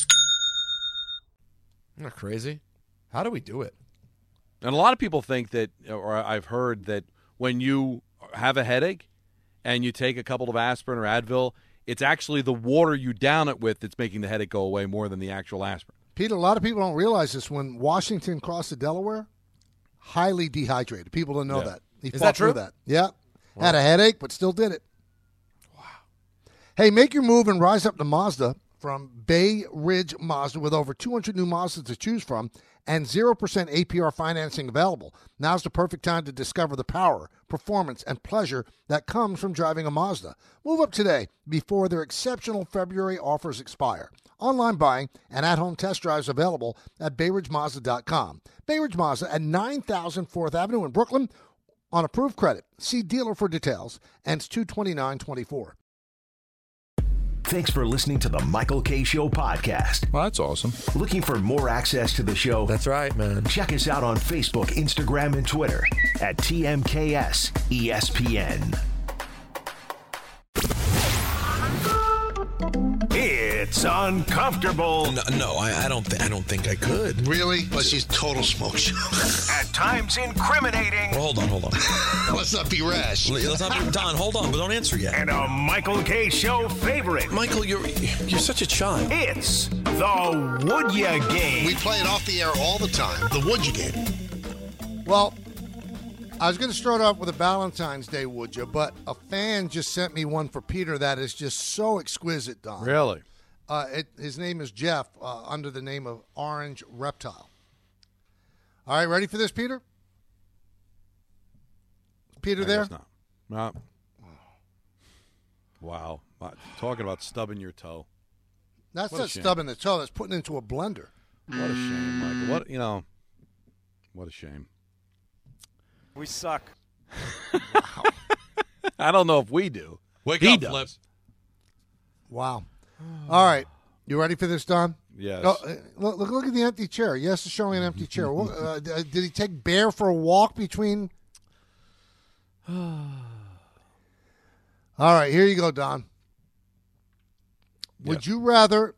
Speaker 6: Isn't that crazy? How do we do it?
Speaker 5: And a lot of people think that, or I've heard that when you have a headache and you take a couple of aspirin or Advil, it's actually the water you down it with that's making the headache go away more than the actual aspirin.
Speaker 4: Peter, a lot of people don't realize this. When Washington crossed the Delaware, highly dehydrated. People don't know
Speaker 5: Yeah.
Speaker 4: that. He
Speaker 5: Is
Speaker 4: fought
Speaker 5: that
Speaker 4: through
Speaker 5: true?
Speaker 4: that. Yeah.
Speaker 5: Wow.
Speaker 4: Had a headache, but still did it. Wow. Hey, make your move and rise up to Mazda from Bay Ridge Mazda with over 200 new Mazdas to choose from and 0% APR financing available. Now's the perfect time to discover the power, performance, and pleasure that comes from driving a Mazda. Move up today before their exceptional February offers expire. Online buying and at-home test drives available at BayRidgeMazda.com. Bay Ridge Mazda at 9000 4th Avenue in Brooklyn on approved credit. See dealer for details. Ends 22924.
Speaker 1: Thanks for listening to the Michael K. Show podcast. Well, that's awesome. Looking for more access to the show? That's right, man. Check us out on Facebook, Instagram, and Twitter at TMKS ESPN. It's uncomfortable.
Speaker 14: No, no I, I don't. Th- I don't think I could.
Speaker 4: Really? But she's total smoke show. (laughs)
Speaker 1: At times incriminating.
Speaker 14: Hold on, hold on.
Speaker 4: (laughs) Let's not be rash.
Speaker 14: Let's not be Don. Hold on, but don't answer yet.
Speaker 1: And a Michael K. Show favorite.
Speaker 14: Michael, you're you're such a child.
Speaker 1: It's the Would Ya Game.
Speaker 4: We play it off the air all the time. The Would You Game. Well, I was going to start off with a Valentine's Day Would You, but a fan just sent me one for Peter that is just so exquisite, Don.
Speaker 5: Really?
Speaker 4: Uh, it, his name is Jeff, uh, under the name of Orange Reptile. All right, ready for this, Peter? Peter,
Speaker 5: I
Speaker 4: there.
Speaker 5: guess not. Not. Wow. Wow. Talking about stubbing your toe.
Speaker 4: That's
Speaker 5: What a
Speaker 4: not
Speaker 5: shame.
Speaker 4: stubbing the toe. That's putting it into a blender.
Speaker 5: What a shame, Michael. What you know? What a shame.
Speaker 15: We suck.
Speaker 5: (laughs) I don't know if we do.
Speaker 14: Wake
Speaker 5: he
Speaker 14: up,
Speaker 5: does.
Speaker 14: Flip.
Speaker 4: Wow. All right. You ready for this, Don?
Speaker 5: Yes.
Speaker 4: Oh, uh, look, look, look at the empty chair. Yes, it's showing an empty chair. What, uh, d- uh, did he take Bear for a walk between? (sighs) All right, here you go, Don. Would you rather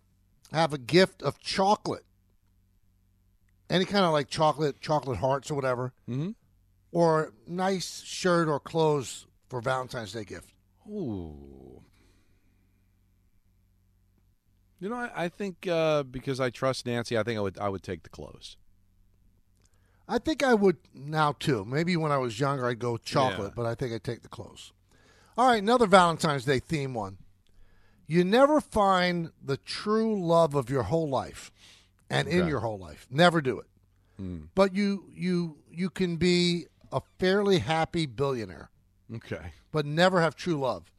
Speaker 4: have a gift of chocolate, any kind of like chocolate, chocolate hearts or whatever,
Speaker 5: mm-hmm.
Speaker 4: or nice shirt or clothes for Valentine's Day gift?
Speaker 5: Ooh. You know, I, I think uh, because I trust Nancy, I think I would I would take the clothes.
Speaker 4: I think I would now too. Maybe when I was younger, I'd go chocolate,
Speaker 5: Yeah.
Speaker 4: but I think I'd take the clothes. All right, another Valentine's Day theme one. You never find the true love of your whole life and in
Speaker 16: Okay.
Speaker 4: your whole life. Never do it. But you you you can be a fairly happy billionaire,
Speaker 5: Okay.
Speaker 4: but never have true love.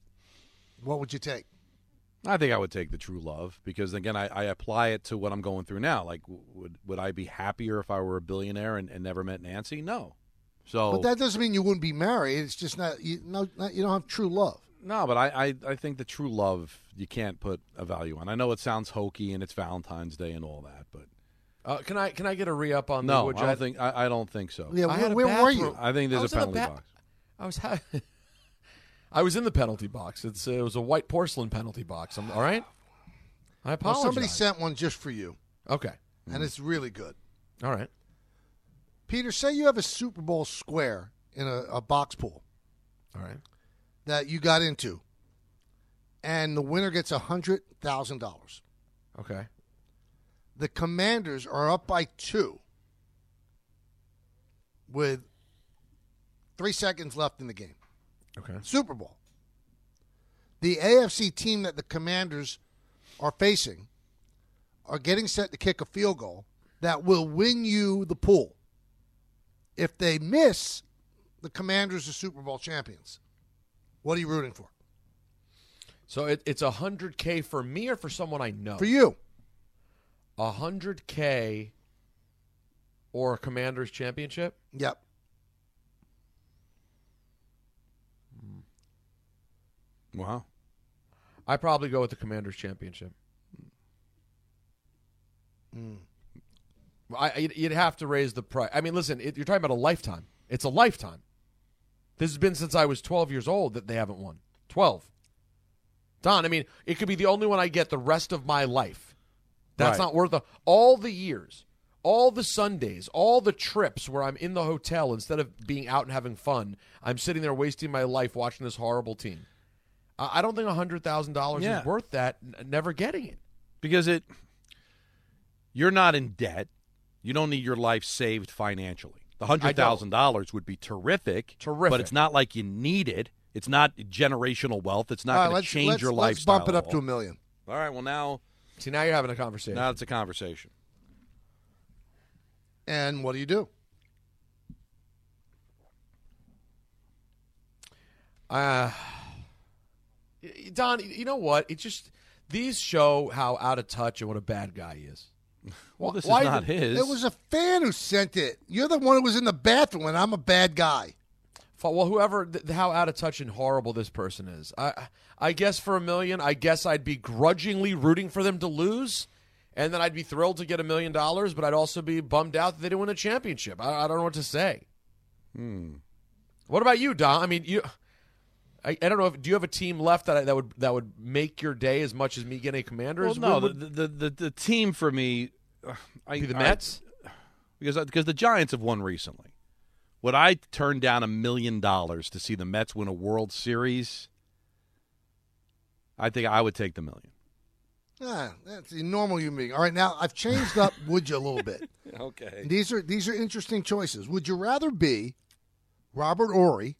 Speaker 4: What would you take?
Speaker 5: I think I would take the true love because again, I, I apply it to what I'm going through now. Like, w- would would I be happier if I were a billionaire and, and never met Nancy? No. So
Speaker 4: But that doesn't mean you wouldn't be married. It's just not you no not, you don't have true love.
Speaker 5: No, but I, I, I think the true love you can't put a value on. I know it sounds hokey and it's Valentine's Day and all that, but
Speaker 6: Uh, can I can I get a re up on the
Speaker 5: no,
Speaker 6: wood
Speaker 5: I don't
Speaker 6: jet?
Speaker 5: think I, I don't think so.
Speaker 6: Yeah, I where- had a where were bathroom- you?
Speaker 5: I think
Speaker 6: I
Speaker 5: there's
Speaker 6: was
Speaker 5: a
Speaker 6: in a
Speaker 5: penalty
Speaker 6: ba-
Speaker 5: box.
Speaker 6: I was ha- (laughs) I was in the penalty box. It's uh, it was a white porcelain penalty box. I'm, all right. I
Speaker 4: Well,
Speaker 6: apologize.
Speaker 4: somebody sent one just for you,
Speaker 6: okay.
Speaker 4: and it's really good.
Speaker 6: All right.
Speaker 4: Peter, say you have a Super Bowl square in a, a box pool.
Speaker 6: All right.
Speaker 4: That you got into, and the winner gets a hundred thousand dollars.
Speaker 6: Okay.
Speaker 4: The Commanders are up by two, with three seconds left in the game.
Speaker 6: Okay.
Speaker 4: Super Bowl. The AFC team that the Commanders are facing are getting set to kick a field goal that will win you the pool. If they miss, the Commanders are Super Bowl champions. What are you rooting for?
Speaker 6: So it, it's hundred k for me or for someone I
Speaker 5: Oh.
Speaker 6: know.
Speaker 4: For you.
Speaker 6: hundred k or a Commanders championship.
Speaker 4: Yep.
Speaker 5: Wow.
Speaker 6: I probably go with the Commanders championship. I, you'd- you'd have to raise the price. I mean, listen, it, you're talking about a lifetime. It's a lifetime. This has been since I was 12 years old that they haven't won. 12. Don, I mean, it could be the only one I get the rest of my life. That's
Speaker 5: Right.
Speaker 6: not worth a, all the years, all the Sundays, all the trips where I'm in the hotel instead of being out and having fun. I'm sitting there wasting my life watching this horrible team. I, I don't think $100,000
Speaker 5: Yeah.
Speaker 6: is worth that, n- never getting it.
Speaker 5: because it you're not in debt. You don't need your life saved financially. The
Speaker 6: I
Speaker 5: hundred
Speaker 6: don't.
Speaker 5: thousand dollars would be terrific, terrific. But it's not like you need it. It's not generational wealth. It's not
Speaker 4: All right,
Speaker 5: going
Speaker 4: let's-
Speaker 5: to change
Speaker 4: let's-
Speaker 5: your
Speaker 4: let's
Speaker 5: lifestyle.
Speaker 4: bump it
Speaker 5: at
Speaker 4: up to
Speaker 5: all.
Speaker 4: a million.
Speaker 5: All right. Well, now
Speaker 6: see now you're having a conversation.
Speaker 5: Now it's a conversation.
Speaker 4: And what do you do?
Speaker 6: Uh, Don, you know what? It just these show how out of touch and what a bad guy he is.
Speaker 5: Well,
Speaker 6: Wh-
Speaker 5: this is
Speaker 6: why
Speaker 5: not
Speaker 6: even-
Speaker 5: his.
Speaker 4: It was a fan who sent it. You're the one who was in the bathroom, and I'm a bad guy.
Speaker 6: F- Well, whoever, th- how out of touch and horrible this person is. I, I guess for a million, I guess I'd be grudgingly rooting for them to lose, and then I'd be thrilled to get a million dollars, but I'd also be bummed out that they didn't win a championship. I, I don't know what to say.
Speaker 5: Hmm.
Speaker 6: What about you, Don? I mean, you. I, I don't know if do you have a team left that I, that would that would make your day as much as me getting a Commanders?
Speaker 5: Well, no,
Speaker 6: win? Would-
Speaker 5: the, the, the the team for me, uh, I,
Speaker 6: Be the
Speaker 5: I-
Speaker 6: Mets?
Speaker 5: because because the Giants have won recently. Would I turn down a million dollars to see the Mets win a World Series? I think I would take the million.
Speaker 4: Ah, that's the normal human being. All right, now I've changed up would you a little bit.
Speaker 5: Okay.
Speaker 4: These are these are interesting choices. Would you rather be Robert Ory,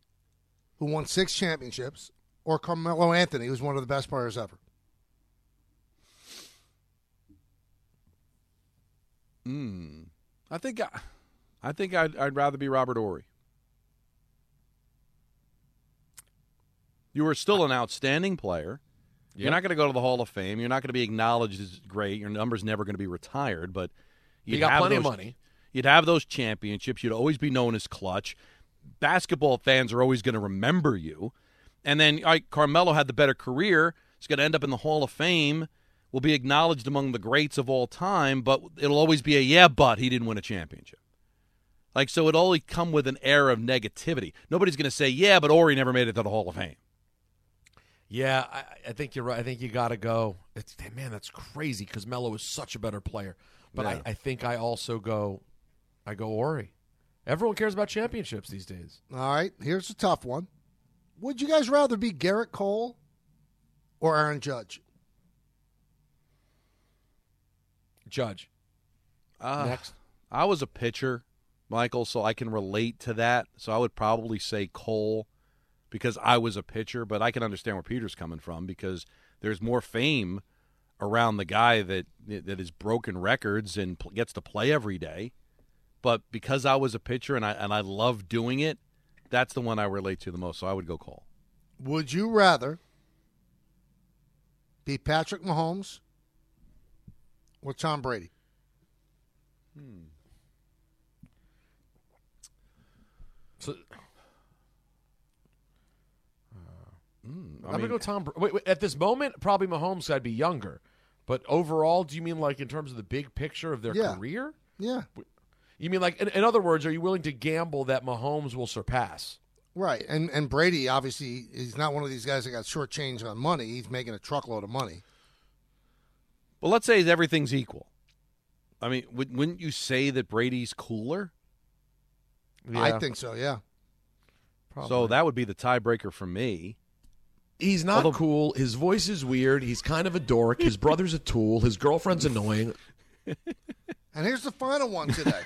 Speaker 4: who won six championships, or Carmelo Anthony, who's one of the best players ever?
Speaker 5: Mm. I think I, I think I'd, I'd rather be Robert Ory. You were still an outstanding player.
Speaker 6: Yeah.
Speaker 5: You're not going to go to the Hall of Fame. You're not going to be acknowledged as great. Your number's never going to be retired, but
Speaker 6: You
Speaker 5: you'd
Speaker 6: got
Speaker 5: have
Speaker 6: plenty of
Speaker 5: those-
Speaker 6: money.
Speaker 5: You'd have those championships. You'd always be known as clutch. Basketball fans are always going to remember you. And then all right, Carmelo had the better career. He's going to end up in the Hall of Fame. Will be acknowledged among the greats of all time, but it'll always be a yeah, but he didn't win a championship. Like so, it'll only come with an air of negativity. Nobody's going to say yeah, but Ori never made it to the Hall of Fame.
Speaker 6: Yeah, I, I think you're right. I think you got to go. It's, man, that's crazy because Melo is such a better player. But
Speaker 5: Yeah.
Speaker 6: I, I think I also go, I go Ori. Everyone cares about championships these days.
Speaker 4: All right, here's a tough one. Would you guys rather be Garrett Cole or Aaron Judge?
Speaker 6: Judge.
Speaker 5: Uh,
Speaker 6: Next.
Speaker 5: I was a pitcher, Michael, so I can relate to that. So I would probably say Cole because I was a pitcher, but I can understand where Peter's coming from because there's more fame around the guy that that has broken records and pl- gets to play every day. But because I was a pitcher and I and I love doing it, that's the one I relate to the most. So I would go Cole.
Speaker 4: Would you rather be Patrick Mahomes or Tom Brady?
Speaker 6: So, I am gonna go Tom. Br- Wait, wait, at this moment, probably Mahomes. I'd be younger, but overall, do you mean like in terms of the big picture of their
Speaker 4: Yeah.
Speaker 6: career?
Speaker 4: Yeah.
Speaker 6: You mean like in, in other words, are you willing to gamble that Mahomes will surpass?
Speaker 4: Right, and and Brady obviously is not one of these guys that got shortchanged on money. He's making a truckload of money.
Speaker 5: Well, let's say everything's equal. I mean, would, wouldn't you say that Brady's cooler?
Speaker 4: I think so. Yeah.
Speaker 5: So that would be the tiebreaker for me.
Speaker 6: He's not cool. His voice is weird. He's kind of a dork. His brother's a tool. His girlfriend's annoying.
Speaker 4: And here's the final one
Speaker 6: (laughs)
Speaker 4: today.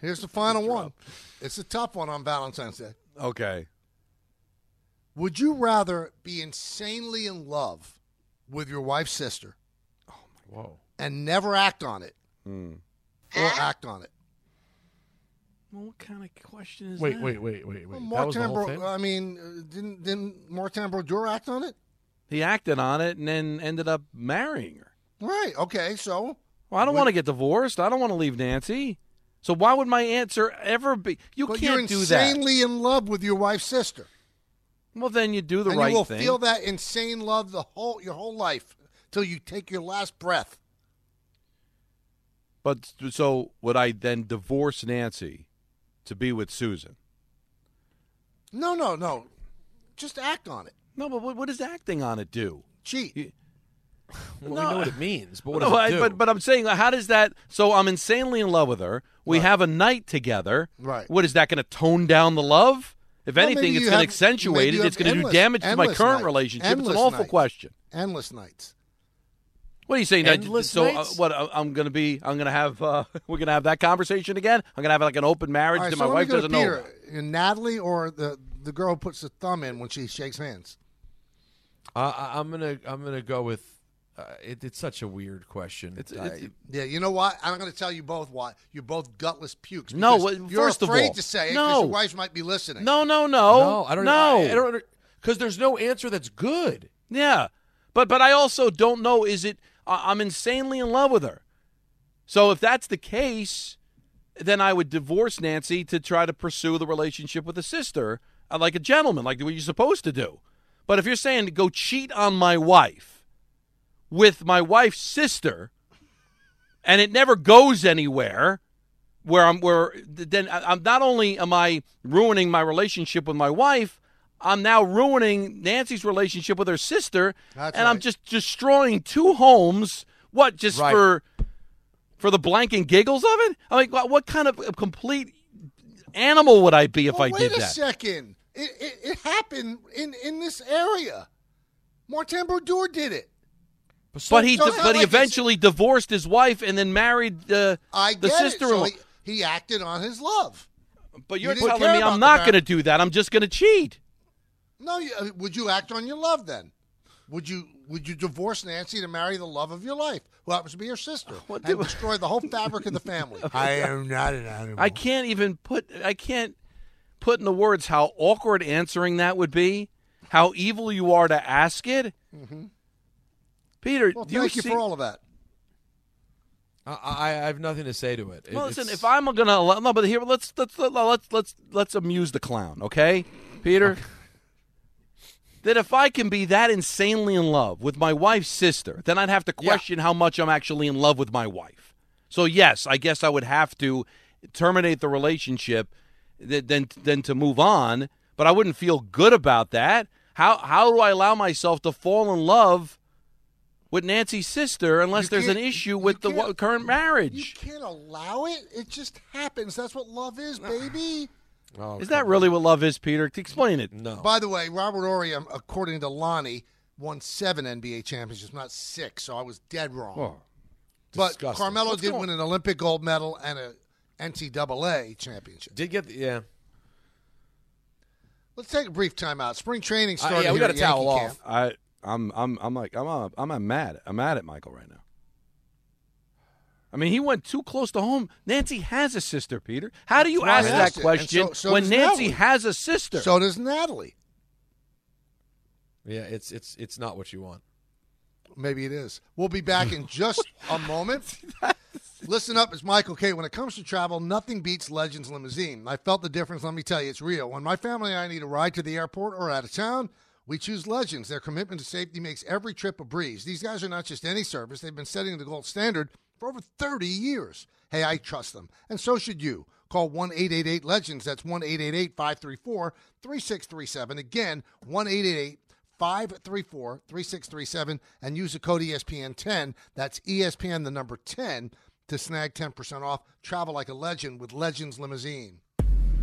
Speaker 4: here's the final one. It's a tough one on Valentine's Day.
Speaker 5: Okay.
Speaker 4: Would you rather be insanely in love with your wife's sister
Speaker 6: Oh, Whoa.
Speaker 4: and never act on it, or act on it?
Speaker 5: Well, what kind of question is
Speaker 6: Wait, wait, wait, wait, wait.
Speaker 4: Well, Martin Bro- I mean, uh, didn't didn't Martin Brodeur act on it?
Speaker 5: He acted on it and then ended up marrying her.
Speaker 4: Right. Okay. So
Speaker 5: Well, I don't want to get divorced. I don't want to leave Nancy. So why would my answer ever be? You
Speaker 4: but
Speaker 5: can't
Speaker 4: you're
Speaker 5: do that.
Speaker 4: insanely in love with your wife's sister.
Speaker 5: Well, then you do the
Speaker 4: and
Speaker 5: right
Speaker 4: you will
Speaker 5: thing.
Speaker 4: feel that insane love the whole your whole life till you take your last breath.
Speaker 5: But so would I then divorce Nancy to be with Susan?
Speaker 4: No, no, no. Just act on it.
Speaker 5: No, but what, what does acting on it do?
Speaker 4: Cheat.
Speaker 6: Well, we know what it means, but what
Speaker 5: No,
Speaker 6: does it
Speaker 5: I-
Speaker 6: do?
Speaker 5: but but I'm saying, how does that? So I'm insanely in love with her. We have a night together.
Speaker 4: Right.
Speaker 5: What is that going to tone down the love? If
Speaker 4: Well,
Speaker 5: anything,
Speaker 4: maybe
Speaker 5: it's
Speaker 4: you
Speaker 5: going to
Speaker 4: have-
Speaker 5: accentuate
Speaker 4: maybe
Speaker 5: it.
Speaker 4: you
Speaker 5: It's
Speaker 4: have
Speaker 5: going to do
Speaker 4: endless-
Speaker 5: damage to my
Speaker 4: endless
Speaker 5: current
Speaker 4: nights.
Speaker 5: relationship. it's
Speaker 4: Endless
Speaker 5: an awful
Speaker 4: nights.
Speaker 5: question.
Speaker 4: Endless nights.
Speaker 5: What are you saying?
Speaker 6: Endless
Speaker 5: so uh,
Speaker 6: nights?
Speaker 5: what? uh, I'm going to be. I'm going to have. Uh, (laughs) we're going to have that conversation again. I'm going to have like an open marriage
Speaker 4: All right,
Speaker 5: that
Speaker 4: so let
Speaker 5: my
Speaker 4: me
Speaker 5: wife
Speaker 4: go to
Speaker 5: doesn't know.
Speaker 4: Peter.
Speaker 5: about.
Speaker 4: Uh, Natalie or the the girl who puts the thumb in when she shakes hands.
Speaker 6: Uh, I- I'm gonna I'm gonna go with. Uh, it, it's such a weird question. It's,
Speaker 4: Yeah, you know what? I'm going to tell you both why you're both gutless pukes.
Speaker 5: No,
Speaker 4: because
Speaker 5: well,
Speaker 4: you're
Speaker 5: first of
Speaker 4: afraid
Speaker 5: all-
Speaker 4: to say it
Speaker 5: no.
Speaker 4: because your wife might be listening.
Speaker 5: No, no, no,
Speaker 6: no, I don't.
Speaker 5: oh, No,
Speaker 6: I, I don't. Because there's no answer that's good.
Speaker 5: Yeah, but but I also don't know. Is it? I- I'm insanely in love with her. So if that's the case, then I would divorce Nancy to try to pursue the relationship with a sister, uh, like a gentleman, like what you're supposed to do. But if you're saying to go cheat on my wife with my wife's sister, and it never goes anywhere, where I'm where then I- I'm not only am I ruining my relationship with my wife, I'm now ruining Nancy's relationship with her sister,
Speaker 4: That's
Speaker 5: and I'm
Speaker 4: right.
Speaker 5: just destroying two homes. What just
Speaker 6: Right.
Speaker 5: for for the blank and giggles of it? I mean, what, what kind of a complete animal would I be if
Speaker 4: Well,
Speaker 5: I
Speaker 4: wait
Speaker 5: did
Speaker 4: a
Speaker 5: that?
Speaker 4: second. It, it, it happened in, in this area. Martin Brodeur did it.
Speaker 5: But he
Speaker 4: so
Speaker 5: di-
Speaker 4: it's not
Speaker 5: but he
Speaker 4: like it's-
Speaker 5: eventually divorced his wife and then married uh,
Speaker 4: I
Speaker 5: the
Speaker 4: get
Speaker 5: sister.
Speaker 4: it. So he, he acted on his love.
Speaker 5: but
Speaker 4: you
Speaker 5: you're
Speaker 4: didn't
Speaker 5: telling
Speaker 4: care
Speaker 5: me
Speaker 4: about
Speaker 5: I'm
Speaker 4: the
Speaker 5: not
Speaker 4: fact-
Speaker 5: going to do that. I'm just going to cheat.
Speaker 4: No, you, uh, would you act on your love then? Would you would you divorce Nancy to marry the love of your life, who happens to be your sister, and destroy the whole fabric of the
Speaker 5: (laughs)
Speaker 4: family? I am not an animal.
Speaker 5: I can't even put I can't put into words how awkward answering that would be, how evil you are to ask it. Peter,
Speaker 4: Mm-hmm. Well,
Speaker 5: do
Speaker 4: thank you,
Speaker 5: see,
Speaker 4: for all of that.
Speaker 6: I, I, I have nothing to say to it. It-
Speaker 5: Well, listen,
Speaker 6: it's-
Speaker 5: if I'm gonna allow, no, but here let's let's let, let's let's let's amuse the clown, okay, Peter. That if I can be that insanely in love with my wife's sister, then I'd have to question how much I'm actually in love with my wife. So yes, I guess I would have to terminate the relationship, th- then then to move on. But I wouldn't feel good about that. How how do I allow myself to fall in love with Nancy's sister unless there's an
Speaker 4: can't-
Speaker 5: issue
Speaker 4: you
Speaker 5: with the wa-
Speaker 4: can't-
Speaker 5: current marriage?
Speaker 4: You can't allow it. It just happens. That's what love is, baby.
Speaker 6: Oh,
Speaker 5: Is that really what love is, Peter? Explain (laughs) it.
Speaker 6: No.
Speaker 4: Oh. By the way, Robert Ory, um, according to Lonnie, won seven NBA championships, not six. So I was dead wrong. but
Speaker 6: disgusting.
Speaker 4: Carmelo
Speaker 6: What's
Speaker 4: did
Speaker 6: going-
Speaker 4: win an Olympic gold medal and a NCAA championship.
Speaker 6: did get the, yeah.
Speaker 4: Let's take a brief timeout. Spring training
Speaker 6: Uh,
Speaker 4: starting.
Speaker 6: yeah, we
Speaker 4: got
Speaker 6: gotta towel off.
Speaker 5: I I'm I'm I'm like I'm uh, I'm uh, mad. I'm mad at Michael right now. I mean, he went too close to home. Nancy has a sister, Peter. How do you
Speaker 4: That's why I
Speaker 5: ask
Speaker 4: asked
Speaker 5: that
Speaker 4: it.
Speaker 5: question
Speaker 4: And so- so
Speaker 5: when
Speaker 4: does
Speaker 5: Nancy
Speaker 4: Natalie.
Speaker 5: has a sister?
Speaker 4: So does Natalie.
Speaker 6: Yeah, it's it's it's not what you want.
Speaker 4: Maybe it is. We'll be back in just a moment. Listen up, it's Michael K. When it comes to travel, nothing beats Legends Limousine. I felt the difference, let me tell you, it's real. When my family and I need a ride to the airport or out of town, we choose Legends. Their commitment to safety makes every trip a breeze. These guys are not just any service, they've been setting the gold standard for over 30 years. Hey, I trust them, and so should you. Call 1 888 Legends. That's 1 888 534 3637. Again, 1 888 534 3637 and use the code E ESPN10. That's E ESPN the number 10 to snag 10% off. Travel like a legend with Legends Limousine.